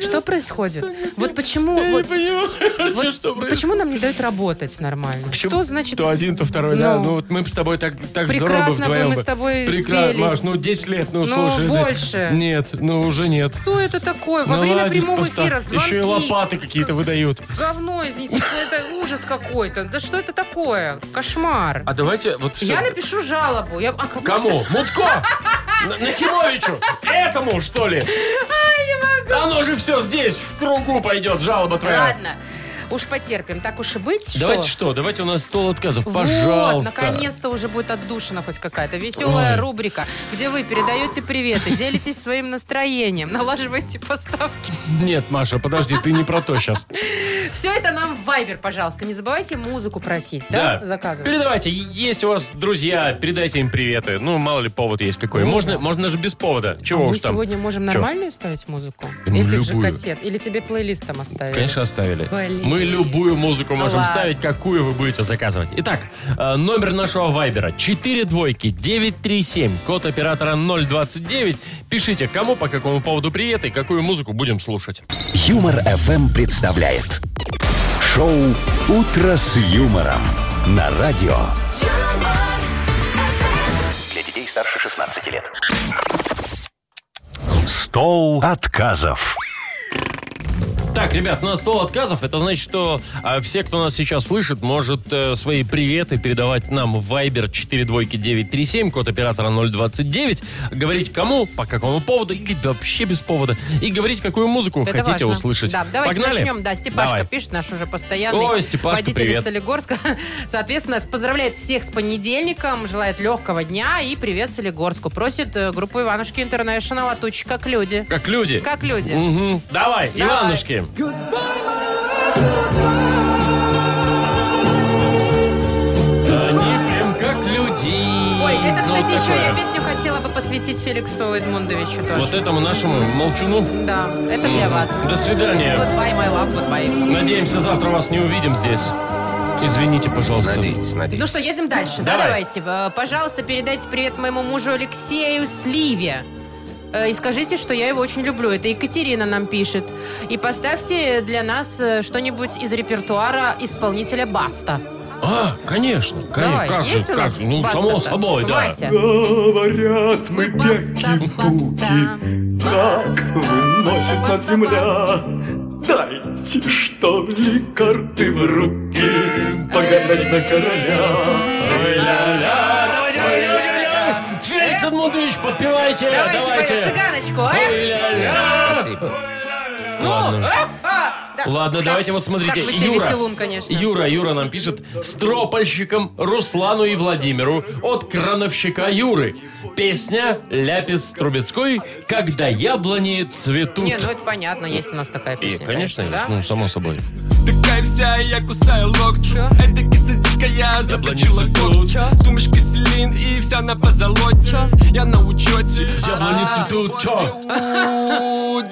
Speaker 2: что происходит? вот почему... вот- вот почему нам не дают работать нормально? что значит...
Speaker 1: То один, то второй, да.
Speaker 2: Ну,
Speaker 1: Ну, вот мы бы с тобой так, так здорово
Speaker 2: прекрасно бы
Speaker 1: вдвоем.
Speaker 2: мы с тобой
Speaker 1: Прекрасно,
Speaker 2: спелись.
Speaker 1: Маш, ну 10 лет, ну,
Speaker 2: Ну,
Speaker 1: слушай. да.
Speaker 2: больше.
Speaker 1: Нет, ну уже нет.
Speaker 2: Что это такое? Во время
Speaker 1: Наладить
Speaker 2: прямого
Speaker 1: ну, поста-
Speaker 2: эфира звонки.
Speaker 1: Еще и лопаты какие-то выдают.
Speaker 2: Говно, извините, ну, это ужас какой-то. Да что это такое? Кошмар.
Speaker 1: А давайте вот всё.
Speaker 2: Я напишу жалобу. Я... А, кому?
Speaker 1: Кому? Мутко! Н- Нахимовичу! Этому, что ли? Оно же все здесь, в кругу пойдет, жалоба твоя.
Speaker 2: Ладно, уж потерпим. Так уж и быть,
Speaker 1: Давайте
Speaker 2: что...
Speaker 1: что, давайте у нас стол отказов,
Speaker 2: Вот,
Speaker 1: пожалуйста.
Speaker 2: наконец-то уже будет отдушина хоть какая-то. Веселая
Speaker 1: Ой.
Speaker 2: рубрика, где вы передаете приветы, делитесь своим настроением, налаживаете поставки.
Speaker 1: Нет, Маша, подожди, ты не про то сейчас.
Speaker 2: Все это нам в Viber, пожалуйста. Не забывайте музыку просить, да? Заказывать.
Speaker 1: Передавайте, е- есть у вас друзья, передайте им приветы. Ну, мало ли повод есть какой. Можно, можно даже без повода. Чего
Speaker 2: Ну А Мы
Speaker 1: уж там.
Speaker 2: сегодня можем
Speaker 1: Чё?
Speaker 2: нормальную ставить музыку?
Speaker 1: Ну,
Speaker 2: Этих же
Speaker 1: любую.
Speaker 2: кассет. Или тебе плейлист там оставили?
Speaker 1: Конечно, оставили.
Speaker 2: Блин.
Speaker 1: Мы любую музыку можем
Speaker 2: Ну ладно.
Speaker 1: ставить, какую вы будете заказывать. Итак, э, номер нашего вайбера 4 двойки 937, код оператора 029. Пишите, кому по какому поводу привет и какую музыку будем слушать.
Speaker 3: Юмор FM представляет шоу Утро с юмором на радио.
Speaker 4: Для детей старше 16 лет.
Speaker 3: Стол отказов.
Speaker 1: Так, ребят, у нас стол отказов. Это значит, что э, все, кто нас сейчас слышит, может э, свои приветы передавать нам в Viber 4 двойки 937, код оператора 029. Говорить кому, по какому поводу или вообще без повода. И говорить, какую музыку
Speaker 2: Это
Speaker 1: хотите
Speaker 2: важно.
Speaker 1: услышать.
Speaker 2: Да, давайте
Speaker 1: Погнали?
Speaker 2: начнем. Да, Степашка
Speaker 1: Давай.
Speaker 2: пишет, наш уже постоянный
Speaker 1: Ой, Степашка,
Speaker 2: водитель
Speaker 1: привет.
Speaker 2: из Солигорска. Соответственно, поздравляет всех с понедельником, желает легкого дня и привет Солигорску. Просит э, группу Иванушки Интернешнл от «Учи как люди».
Speaker 1: Как люди.
Speaker 2: Как люди.
Speaker 1: Мгм. Давай,
Speaker 2: Давай.
Speaker 1: Иванушки. Они прям как люди.
Speaker 2: Ой, это,
Speaker 1: Ну,
Speaker 2: кстати,
Speaker 1: вот
Speaker 2: еще я
Speaker 1: такое.
Speaker 2: песню хотела бы посвятить Феликсу Эдмундовичу тоже.
Speaker 1: Вот этому нашему молчуну.
Speaker 2: Да, это для вас.
Speaker 1: До свидания.
Speaker 2: Goodbye, my love, goodbye.
Speaker 1: Надеемся, завтра вас не увидим здесь. Извините, пожалуйста.
Speaker 5: Надейтесь, надейтесь.
Speaker 2: Ну что, едем дальше, да,
Speaker 1: Давай.
Speaker 2: давайте. Э, Пожалуйста, передайте привет моему мужу Алексею Сливе. Э, И скажите, что я его очень люблю. Это Екатерина нам пишет. И поставьте для нас э, что-нибудь из репертуара исполнителя Баста.
Speaker 1: А, конечно. конечно.
Speaker 2: Давай,
Speaker 1: Как
Speaker 2: есть
Speaker 1: же,
Speaker 2: у
Speaker 1: как
Speaker 2: нас
Speaker 1: же. Ну, само
Speaker 2: Баста-то?
Speaker 1: собой, да.
Speaker 2: Вася.
Speaker 9: Говорят, мы
Speaker 2: Баста,
Speaker 9: мягкие
Speaker 2: баста,
Speaker 9: пуки, так
Speaker 2: баста,
Speaker 9: выносит
Speaker 2: баста,
Speaker 9: нас
Speaker 2: баста,
Speaker 9: земля. Дайте, что ли, карты в руки, погадать на короля.
Speaker 1: Ой, ля-ля. Давайте, давайте, давайте, давайте. Феликс Эдмундович, подпевайте.
Speaker 2: Э? Давайте, Э? поем
Speaker 1: Давайте.
Speaker 2: цыганочку, а?
Speaker 1: Ой, ля-ля.
Speaker 5: Спасибо.
Speaker 1: Ладно.
Speaker 2: А, да.
Speaker 1: Ладно,
Speaker 2: Так-
Speaker 1: давайте вот смотрите.
Speaker 2: Так вы себе
Speaker 1: Юра.
Speaker 2: веселун, конечно.
Speaker 1: Юра, Юра нам пишет стропольщикам Руслану и Владимиру от крановщика Юры. Песня Ляпис Трубецкой «Когда яблони цветут».
Speaker 2: Не, ну это понятно, есть у нас такая
Speaker 1: И,
Speaker 2: песня.
Speaker 1: конечно, есть,
Speaker 2: да?
Speaker 1: ну, само собой.
Speaker 9: Такая вся, я кусаю локти.
Speaker 1: Ну.
Speaker 2: Чё?
Speaker 9: Эта киса дикая, заточила когти.
Speaker 2: Чё?
Speaker 9: Сумочки селин и вся на позолоте. Я на учете.
Speaker 1: Яблони
Speaker 9: А,
Speaker 1: цветут,
Speaker 9: вот
Speaker 1: чё?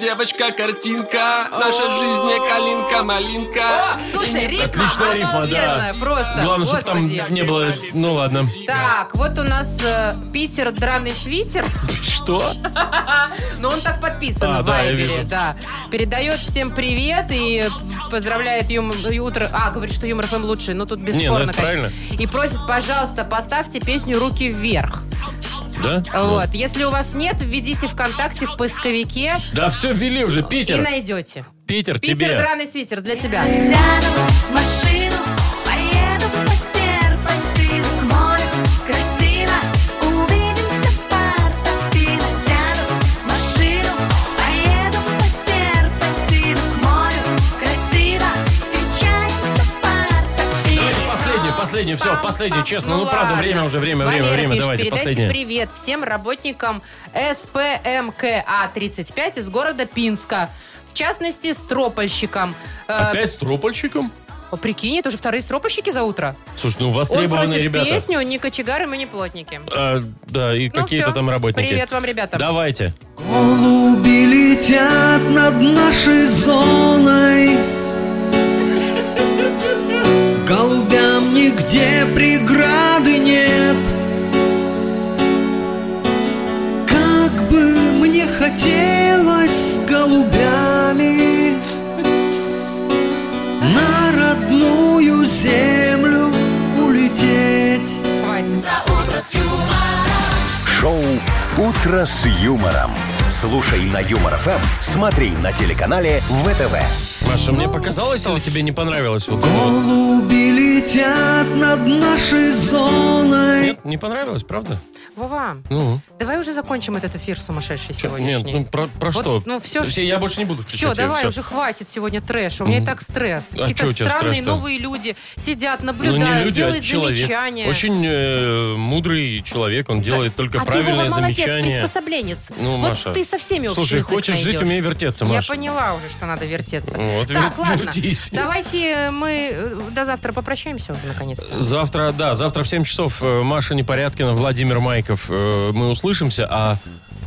Speaker 9: я у, Девочка-картинка, наша жизнь не
Speaker 2: О,
Speaker 9: калинка-малинка.
Speaker 2: слушай, рифма
Speaker 1: Отличная рифма, да.
Speaker 2: обалденная, просто,
Speaker 1: Главное, чтобы там
Speaker 2: господи.
Speaker 1: не было... Ну, ладно.
Speaker 2: Так, вот у нас э, Питер драный свитер,
Speaker 1: Что?
Speaker 2: но он так подписан
Speaker 1: А,
Speaker 2: в
Speaker 1: да, я
Speaker 2: Вайбере,
Speaker 1: вижу.
Speaker 2: да. Передает всем привет и поздравляет Юм- Утро. А, говорит, что Юмор ФМ лучше, ну тут бесспорно,
Speaker 1: это
Speaker 2: конечно. И просит, пожалуйста, поставьте песню «Руки вверх».
Speaker 1: Да?
Speaker 2: Вот, если у вас нет, введите ВКонтакте в поисковике
Speaker 1: Да все ввели уже,
Speaker 2: и
Speaker 1: Питер.
Speaker 2: найдете.
Speaker 1: Питер,
Speaker 2: Питер
Speaker 1: тебе.
Speaker 2: драный свитер для тебя.
Speaker 10: Сяду в машину, поеду по серпантину К морю красиво, увидимся в портофино Сяду в машину, поеду по серпантину К морю красиво, встречаемся в
Speaker 1: Давайте
Speaker 10: портофино
Speaker 1: последнюю, последнюю, все, последнюю, честно. Ну, правда,
Speaker 2: ладно.
Speaker 1: время уже, время, время,
Speaker 2: Валера
Speaker 1: время.
Speaker 2: пишет,
Speaker 1: Давайте,
Speaker 2: передайте
Speaker 1: последнее.
Speaker 2: привет всем работникам СПМКА-35 из города Пинска. В частности, стропольщикам. Э,
Speaker 1: Опять с трупольщиком?
Speaker 2: о, Прикинь, это уже вторые стропольщики за утро.
Speaker 1: Слушай, ну
Speaker 2: Он просит
Speaker 1: востребованные ребята.
Speaker 2: песню «Не кочегары, мы не плотники».
Speaker 1: А, да, и
Speaker 2: Ну,
Speaker 1: какие-то
Speaker 2: всё.
Speaker 1: там работники.
Speaker 2: Привет вам, ребята.
Speaker 1: Давайте.
Speaker 8: Голуби летят над нашей зоной Голубям нигде преграды нет Как бы мне хотелось с голубями На родную землю улететь
Speaker 2: Хватит.
Speaker 3: Шоу Утро с юмором. Слушай на Юмор ФМ, смотри на телеканале ВТВ.
Speaker 1: Маша,
Speaker 2: Ну,
Speaker 1: мне показалось, или тебе не понравилось? Вот это вот?
Speaker 8: Голуби летят над нашей зоной.
Speaker 1: Нет, не понравилось, правда?
Speaker 2: Вова,
Speaker 1: Ну,
Speaker 2: давай уже закончим этот эфир сумасшедший
Speaker 1: нет,
Speaker 2: сегодняшний.
Speaker 1: ну про, про
Speaker 2: Вот,
Speaker 1: что?
Speaker 2: ну, всё ж-
Speaker 1: Я больше не буду включать
Speaker 2: Все,
Speaker 1: её,
Speaker 2: давай,
Speaker 1: всё. Ну,
Speaker 2: уже хватит сегодня трэша. У меня и так стресс.
Speaker 1: А чё
Speaker 2: Какие-то
Speaker 1: у тебя
Speaker 2: странные
Speaker 1: стресс-то?
Speaker 2: новые люди сидят,
Speaker 1: Ну,
Speaker 2: наблюдают,
Speaker 1: не люди, а
Speaker 2: делают
Speaker 1: человек.
Speaker 2: замечания.
Speaker 1: Очень э, мудрый человек, он делает только
Speaker 2: а ты,
Speaker 1: правильные
Speaker 2: Вова, молодец,
Speaker 1: замечания.
Speaker 2: приспособленец.
Speaker 1: Ну,
Speaker 2: вот
Speaker 1: Маша,
Speaker 2: ты ты со всеми общий
Speaker 1: Слушай,
Speaker 2: язык
Speaker 1: хочешь жить,
Speaker 2: найдешь.
Speaker 1: умей вертеться,
Speaker 2: Я
Speaker 1: Маш.
Speaker 2: поняла уже, что надо вертеться.
Speaker 1: Вот,
Speaker 2: так,
Speaker 1: вер-
Speaker 2: ладно.
Speaker 1: вертись.
Speaker 2: Давайте мы э, до завтра попрощаемся уже наконец-то.
Speaker 1: Завтра, да, завтра в 7 часов э, Маша Непорядкина, Владимир Майков. э, Мы услышимся, а...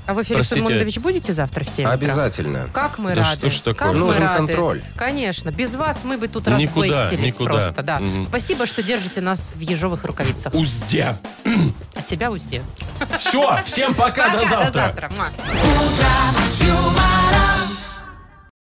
Speaker 2: А вы, Феликс
Speaker 1: Простите.
Speaker 2: Эдмундович, будете завтра все?
Speaker 5: Обязательно.
Speaker 2: Как мы
Speaker 1: Да
Speaker 2: рады.
Speaker 1: что ж такое?
Speaker 2: Как мы
Speaker 1: Нужен
Speaker 2: рады.
Speaker 5: контроль.
Speaker 2: Конечно. Без вас мы бы тут
Speaker 1: Никуда,
Speaker 2: распластились
Speaker 1: никуда.
Speaker 2: просто. Да.
Speaker 1: Мгм.
Speaker 2: Спасибо, что держите нас в ежовых рукавицах.
Speaker 1: Узде.
Speaker 2: А тебя узде.
Speaker 1: Все, всем пока,
Speaker 2: Пока,
Speaker 1: до завтра.
Speaker 2: До завтра. Муа.
Speaker 10: утро